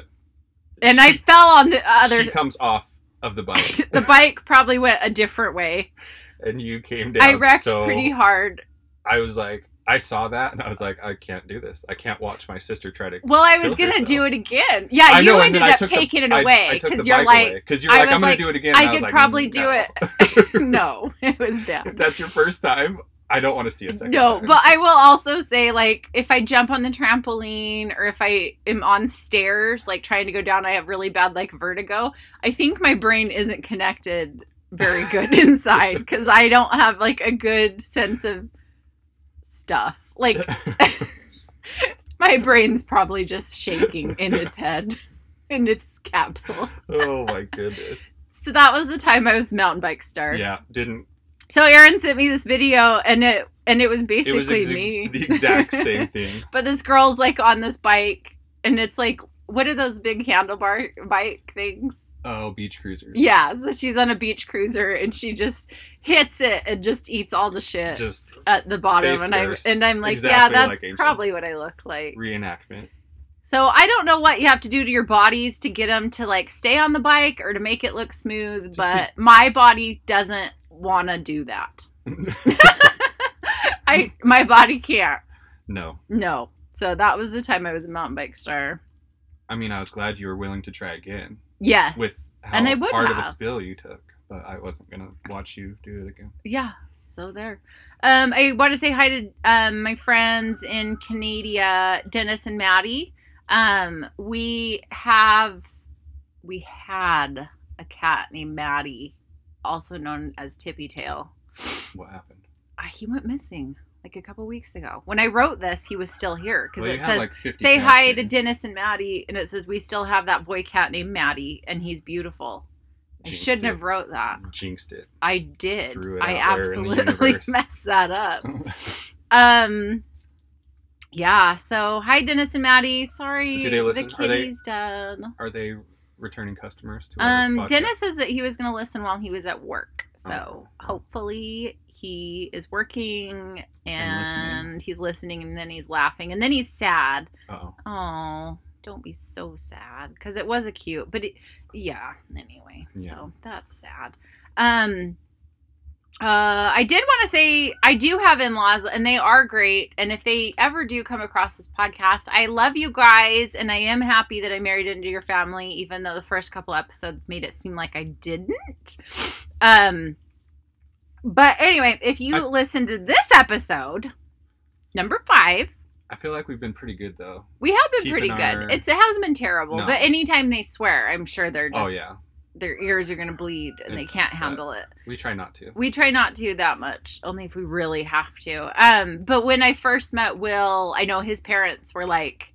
Speaker 2: and I
Speaker 1: she-
Speaker 2: fell on the other.
Speaker 1: she comes off of the bike,
Speaker 2: the bike probably went a different way.
Speaker 1: and you came down.
Speaker 2: I wrecked
Speaker 1: so
Speaker 2: pretty hard.
Speaker 1: I was like, I saw that, and I was like, I can't do this. I can't watch my sister try to.
Speaker 2: Well, I was
Speaker 1: Killed
Speaker 2: gonna
Speaker 1: yourself.
Speaker 2: do it again. Yeah,
Speaker 1: I
Speaker 2: you
Speaker 1: know, and
Speaker 2: ended
Speaker 1: then I
Speaker 2: up
Speaker 1: took the-
Speaker 2: taking it
Speaker 1: I-
Speaker 2: away
Speaker 1: I took
Speaker 2: because
Speaker 1: the
Speaker 2: you're
Speaker 1: bike
Speaker 2: like,
Speaker 1: away, 'cause you're
Speaker 2: I
Speaker 1: like,
Speaker 2: was
Speaker 1: I'm gonna
Speaker 2: like,
Speaker 1: do it again.
Speaker 2: I
Speaker 1: and was
Speaker 2: could
Speaker 1: like, "Mm,
Speaker 2: probably do
Speaker 1: no.
Speaker 2: it. no, it was bad.
Speaker 1: If that's your first time, I don't want to see a second.
Speaker 2: No,
Speaker 1: time.
Speaker 2: but I will also say, like, if I jump on the trampoline or if I am on stairs, like trying to go down, I have really bad like vertigo. I think my brain isn't connected very good inside because I don't have like a good sense of stuff. Like my brain's probably just shaking in its head, in its capsule.
Speaker 1: oh my goodness.
Speaker 2: So that was the time I was mountain bike star.
Speaker 1: Yeah, didn't.
Speaker 2: So Aaron sent me this video, and it and it was basically
Speaker 1: it was exa-
Speaker 2: me.
Speaker 1: the exact same thing.
Speaker 2: But this girl's like on this bike, and it's like, what are those big handlebar bike things?
Speaker 1: Oh, beach cruisers.
Speaker 2: Yeah, so she's on a beach cruiser, and she just hits it and just eats all the shit
Speaker 1: Just
Speaker 2: at the bottom.
Speaker 1: face
Speaker 2: And I'm
Speaker 1: first.
Speaker 2: and I'm like,
Speaker 1: Exactly
Speaker 2: yeah, that's
Speaker 1: like Angel.
Speaker 2: probably what I look like.
Speaker 1: reenactment.
Speaker 2: So I don't know what you have to do to your bodies to get them to like stay on the bike or to make it look smooth,
Speaker 1: Just
Speaker 2: but my body doesn't want to do that. I my body can't.
Speaker 1: No,
Speaker 2: No. So that was the time I was a mountain bike star.
Speaker 1: I mean, I was glad you were willing to try again
Speaker 2: Yes.
Speaker 1: with how
Speaker 2: And I would
Speaker 1: hard of a
Speaker 2: have.
Speaker 1: spill you took, but I wasn't gonna watch you do it again.
Speaker 2: yeah. So there. Um, I want to say hi to um, my friends in Canada, Dennis and Maddie. Um, we have we had a cat named Maddie, also known as Tippy Tail.
Speaker 1: What happened?
Speaker 2: Uh, he went missing like a couple weeks ago. When I wrote this, he was still here because
Speaker 1: Well, you
Speaker 2: it
Speaker 1: had,
Speaker 2: says
Speaker 1: like, 50
Speaker 2: Say
Speaker 1: cats
Speaker 2: hi
Speaker 1: in
Speaker 2: to Dennis and Maddie, and it says we still have that boy cat named Maddie, and he's beautiful. I
Speaker 1: Jinxed
Speaker 2: shouldn't
Speaker 1: it.
Speaker 2: have wrote that.
Speaker 1: Jinxed it.
Speaker 2: I did.
Speaker 1: Threw it
Speaker 2: I
Speaker 1: out there in the
Speaker 2: absolutely
Speaker 1: universe.
Speaker 2: messed that up. Um, yeah. So hi, Dennis and Maddie. Sorry,
Speaker 1: Do they
Speaker 2: the
Speaker 1: listen? Are they-
Speaker 2: kitty's done.
Speaker 1: Are they returning customers to our
Speaker 2: Um,
Speaker 1: podcast?
Speaker 2: Dennis says that he was going to listen while he was at work. So
Speaker 1: Oh.
Speaker 2: hopefully he is working
Speaker 1: And
Speaker 2: and, he's listening, and then he's laughing, and then he's sad.
Speaker 1: Uh-oh.
Speaker 2: Oh, don't be so sad because it was a cute, but it, yeah. Anyway,
Speaker 1: Yeah.
Speaker 2: so that's sad. Um, uh, I did want to say I do have in laws, and they are great. And if they ever do come across this podcast, I love you guys, and I am happy that I married into your family, even though the first couple episodes made it seem like I didn't. Um, but anyway, if you
Speaker 1: I-
Speaker 2: listen to this episode, number five.
Speaker 1: I feel like we've been pretty good though.
Speaker 2: We have been
Speaker 1: keeping
Speaker 2: pretty good.
Speaker 1: our-
Speaker 2: It's it hasn't been terrible,
Speaker 1: No.
Speaker 2: but anytime they swear, I'm sure they're just
Speaker 1: oh yeah,
Speaker 2: their ears are gonna bleed and they
Speaker 1: It's-
Speaker 2: can't
Speaker 1: that-
Speaker 2: handle it.
Speaker 1: we try not to.
Speaker 2: We try not to that much, only if we really have to. Um, but when I first met Will, I know his parents were like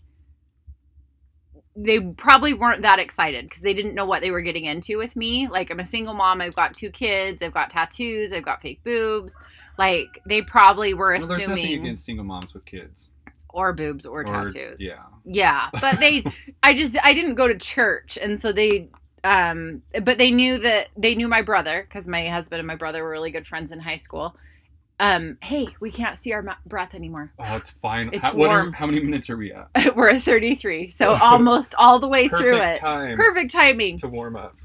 Speaker 2: they probably weren't that excited because they didn't know what they were getting into with me. Like I'm a single mom, I've got two kids, I've got tattoos, I've got fake boobs. Like they probably were
Speaker 1: Well, there's nothing
Speaker 2: assuming
Speaker 1: against single moms with kids.
Speaker 2: or boobs or,
Speaker 1: Or-
Speaker 2: tattoos.
Speaker 1: yeah.
Speaker 2: Yeah, but they I just I didn't go to church and so they um but they knew that they knew my brother cuz my husband and my brother were really good friends in high school. Um hey, we can't see our mou- breath anymore.
Speaker 1: Oh, it's fine.
Speaker 2: It's
Speaker 1: how, what are-
Speaker 2: warm.
Speaker 1: how many minutes are we at?
Speaker 2: we're at 33, so almost all the way
Speaker 1: Perfect
Speaker 2: through it.
Speaker 1: time
Speaker 2: Perfect timing.
Speaker 1: to warm up.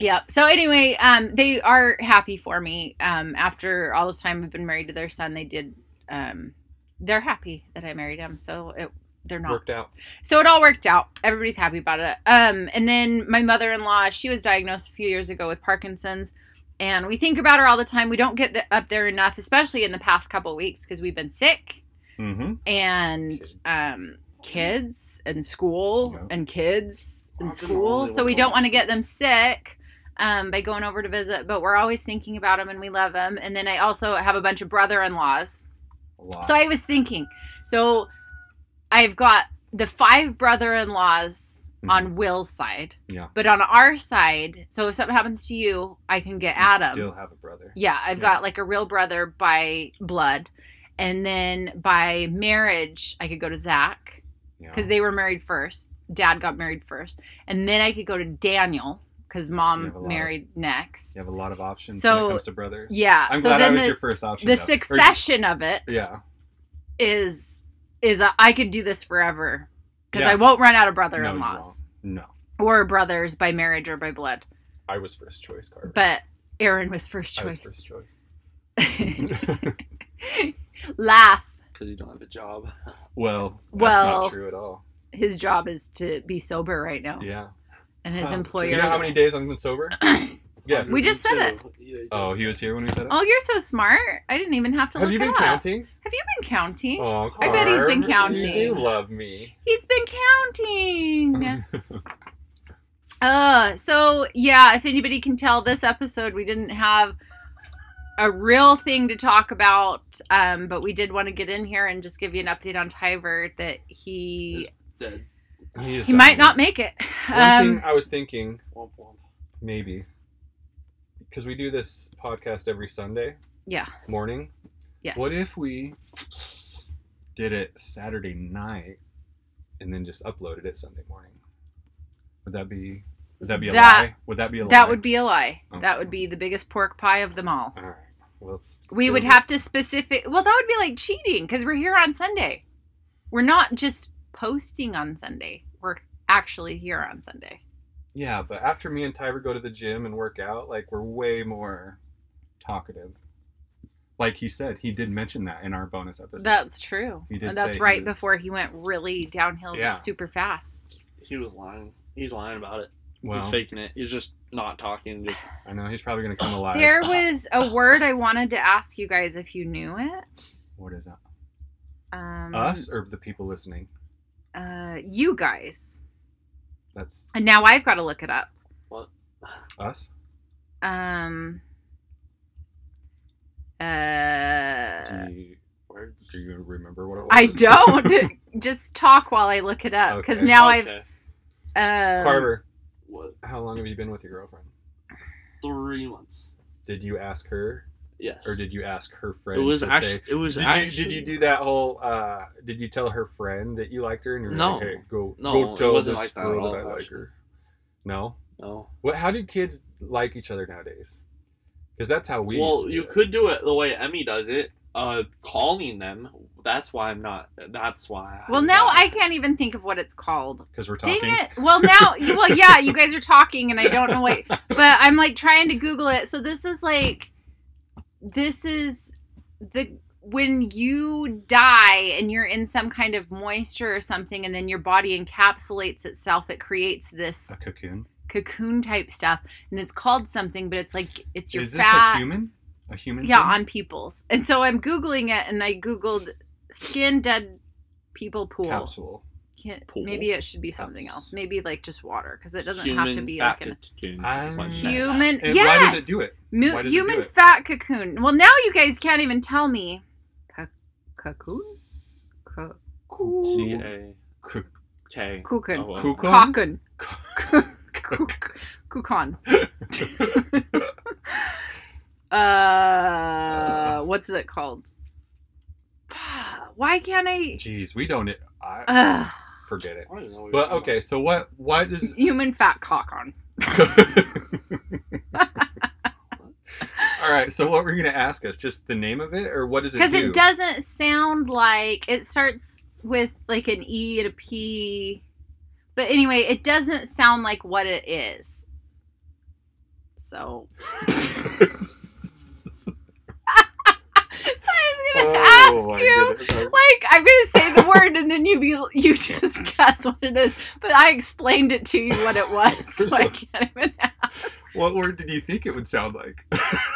Speaker 2: Yep. So anyway, um, they are happy for me. Um, after all this time we've been married to their son, they did. Um, they're happy that I married him. So it, they're not.
Speaker 1: Worked out.
Speaker 2: So it all worked out. Everybody's happy about it. Um, and then my mother-in-law, she was diagnosed a few years ago with Parkinson's, and we think about her all the time. We don't get the, up there enough, especially in the past couple weeks, because we've been sick
Speaker 1: Mm-hmm.
Speaker 2: and um, kids and school
Speaker 1: Yeah.
Speaker 2: and kids and
Speaker 3: I've been
Speaker 2: school.
Speaker 3: only
Speaker 2: So we
Speaker 3: one
Speaker 2: don't want to
Speaker 3: person.
Speaker 2: get them sick um, by going over to visit, but we're always thinking about them and we love them. And then I also have a bunch of brother in laws.
Speaker 1: A lot.
Speaker 2: So I was thinking, so I've got the five brother in laws.
Speaker 1: Mhm.
Speaker 2: On Will's side,
Speaker 1: Yeah.
Speaker 2: But on our side, so if something happens to you, I can get
Speaker 1: You
Speaker 2: Adam.
Speaker 1: Still have a brother.
Speaker 2: Yeah, I've
Speaker 1: Yeah.
Speaker 2: got like a real brother by blood. And then by marriage, I could go to Zach
Speaker 1: Yeah.
Speaker 2: because they were married first. Dad got married first. And then I could go to Daniel because mom
Speaker 1: You have a lot of-
Speaker 2: married next.
Speaker 1: You have a lot of options when
Speaker 2: So-
Speaker 1: it comes to brothers.
Speaker 2: Yeah.
Speaker 1: I'm
Speaker 2: so
Speaker 1: glad I
Speaker 2: then
Speaker 1: was
Speaker 2: the,
Speaker 1: your first option.
Speaker 2: the
Speaker 1: though. Or-
Speaker 2: succession of it is
Speaker 1: yeah.
Speaker 2: is a, I could do this forever because
Speaker 1: Yeah.
Speaker 2: I won't run out of
Speaker 1: No, you
Speaker 2: brother-in-laws
Speaker 1: No,
Speaker 2: or brothers by marriage or by blood.
Speaker 1: I was first choice, Carver.
Speaker 2: But Aaron was first
Speaker 1: I was
Speaker 2: choice.
Speaker 1: first choice.
Speaker 2: Laugh.
Speaker 3: because you don't have a job.
Speaker 1: Well, that's
Speaker 2: Well- oh,
Speaker 1: not true at all.
Speaker 2: His job is to be sober right now,
Speaker 1: Yeah. Um,
Speaker 2: and his
Speaker 3: Huh.
Speaker 2: employer.
Speaker 1: You know how many days I've been sober? yes.
Speaker 2: We just said
Speaker 3: So, yeah, you
Speaker 1: Oh,
Speaker 3: just-
Speaker 1: he was here when we said it.
Speaker 2: Oh, you're so smart! I didn't even have to
Speaker 1: Have
Speaker 2: look
Speaker 1: you
Speaker 2: it
Speaker 1: been
Speaker 2: up.
Speaker 1: counting?
Speaker 2: Have you been counting?
Speaker 1: Oh,
Speaker 3: I bet he's been
Speaker 1: Carver,
Speaker 2: counting.
Speaker 1: You do love me.
Speaker 2: He's been
Speaker 1: Uh-huh.
Speaker 2: counting. Uh, so yeah, if anybody can tell this episode, we didn't have a real thing to talk about, um, but we did want to get in here and just give you an update on Tyver that he
Speaker 3: dead.
Speaker 1: He's
Speaker 2: he might not make it.
Speaker 1: One
Speaker 2: Um,
Speaker 1: thing I was thinking
Speaker 3: Womp womp.
Speaker 1: maybe because we do this podcast every Sunday.
Speaker 2: Yeah.
Speaker 1: Morning.
Speaker 2: yes.
Speaker 1: What if we did it Saturday night and then just uploaded it Sunday morning? Would that be would that be a
Speaker 2: That-
Speaker 1: lie? Would that be a lie?
Speaker 2: that would be a lie.
Speaker 1: Oh.
Speaker 2: That would be the biggest pork pie of them all.
Speaker 1: All right. Well, let's
Speaker 2: We
Speaker 1: go
Speaker 2: would
Speaker 1: with-
Speaker 2: have to specific. Well, that would be like cheating because we're here on Sunday. We're not just posting on Sunday. We're actually here on Sunday.
Speaker 1: Yeah, but after me and Tyler go to the gym and work out, like we're way more talkative. Like he said, he did mention that in our bonus episode.
Speaker 2: That's true.
Speaker 1: He did
Speaker 2: And that's
Speaker 1: say he
Speaker 2: right
Speaker 1: was-
Speaker 2: before he went really downhill
Speaker 1: Yeah.
Speaker 2: super fast.
Speaker 3: He was lying. He's lying about it.
Speaker 1: well,
Speaker 3: He's faking it. He's just not talking. Just
Speaker 1: I know he's probably gonna come alive.
Speaker 2: There was a word I wanted to ask you guys if you knew it.
Speaker 1: What is that?
Speaker 2: Um,
Speaker 1: Us or the people listening?
Speaker 2: Uh, you guys.
Speaker 1: That's
Speaker 2: And now I've got to look it up.
Speaker 1: us.
Speaker 2: Um, uh,
Speaker 1: do, you,
Speaker 3: words.
Speaker 1: do you remember what it was?
Speaker 2: I don't. Just talk while I look it up because
Speaker 1: Okay.
Speaker 2: now
Speaker 3: okay.
Speaker 2: I've. Um,
Speaker 1: Carver,
Speaker 3: What?
Speaker 1: how long have you been with your girlfriend?
Speaker 3: Three months.
Speaker 1: Did you ask her,
Speaker 3: Yes.
Speaker 1: or did you ask her
Speaker 3: it
Speaker 1: friend?
Speaker 3: was
Speaker 1: to
Speaker 3: actually.
Speaker 1: say-
Speaker 3: It was
Speaker 1: Did you,
Speaker 3: actually.
Speaker 1: did you do that whole? uh Did you tell her friend that you liked her and you're
Speaker 3: No.
Speaker 1: like, hey, go,
Speaker 3: No,
Speaker 1: go
Speaker 3: it
Speaker 1: tell
Speaker 3: wasn't
Speaker 1: this
Speaker 3: like that at
Speaker 1: girl
Speaker 3: all,
Speaker 1: that I like
Speaker 3: actually.
Speaker 1: her. No.
Speaker 3: No.
Speaker 1: What? How do kids like each other nowadays? Because that's how we. used
Speaker 3: well,
Speaker 1: to
Speaker 3: you
Speaker 1: do it.
Speaker 3: could do it the way Emmy does it. Uh, calling them. That's why I'm not. That's why.
Speaker 2: Well,
Speaker 3: I'm
Speaker 2: now
Speaker 3: not-
Speaker 2: I can't even think of what it's called.
Speaker 1: 'Cause we're talking.
Speaker 2: Dang it! Well, now, well, yeah, you guys are talking, and I don't know what, but I'm like trying to Google it. So this is like, this is the when you die and you're in some kind of moisture or something, and then your body encapsulates itself. It creates
Speaker 1: A
Speaker 2: this
Speaker 1: cocoon.
Speaker 2: cocoon type stuff, and it's called something, but it's like it's your
Speaker 1: Is this a
Speaker 2: fat.
Speaker 1: human? A human?
Speaker 2: Yeah,
Speaker 1: thing?
Speaker 2: on people's. And so I'm googling it, and I googled skin dead people pool
Speaker 1: capsule.
Speaker 2: can't,
Speaker 3: Pool.
Speaker 2: maybe it should be something
Speaker 1: House.
Speaker 2: else. Maybe like just water because it doesn't have to
Speaker 3: Human
Speaker 2: be
Speaker 3: fat
Speaker 2: like an
Speaker 3: cocoon.
Speaker 1: I'm-
Speaker 3: Like that.
Speaker 1: Huge.
Speaker 2: human.
Speaker 1: Mm. And
Speaker 2: yes,
Speaker 1: why does it do it?
Speaker 2: Mu-
Speaker 1: why does it
Speaker 2: human
Speaker 1: do it?
Speaker 2: fat cocoon. Well, now you guys can't even tell me. Co- cocoon,
Speaker 1: S-
Speaker 2: Co-
Speaker 3: C
Speaker 1: cool.
Speaker 3: A
Speaker 1: Cook-
Speaker 3: K.
Speaker 2: cocoon,
Speaker 3: Oh,
Speaker 1: Cocoon?
Speaker 2: cocoon, cocoon. Uh, what's it called? Why can't I?
Speaker 1: Jeez, we don't. e, I
Speaker 2: Uh,
Speaker 1: forget it.
Speaker 3: I don't know what you're
Speaker 1: But
Speaker 3: talking
Speaker 1: okay, so what? What is?
Speaker 2: human fat cock on.
Speaker 1: All right. So what were you gonna ask us? Just the name of it, or what does it?
Speaker 2: Because
Speaker 1: Because
Speaker 2: it doesn't sound like it starts with like an E and a P. But anyway, it doesn't sound like what it is. So,
Speaker 1: does.
Speaker 2: so I
Speaker 1: Oh
Speaker 2: was gonna ask you, like, I'm gonna say the word and then you be you just guess what it is. But I explained it to you what it was, so I can't even.
Speaker 1: What word did you think it would sound like?
Speaker 2: Just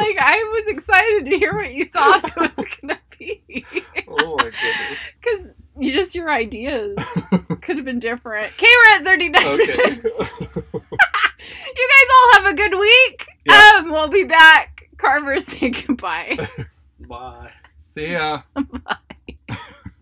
Speaker 2: like I was excited to hear what you thought it was gonna be.
Speaker 1: oh my goodness.
Speaker 2: Because you just your ideas could have been different. Okay, we're at 39 minutes.
Speaker 1: Okay.
Speaker 2: You guys all have a good week.
Speaker 1: Yeah.
Speaker 2: Um, we'll be back. Carver, say goodbye.
Speaker 3: about. Bye.
Speaker 1: See ya.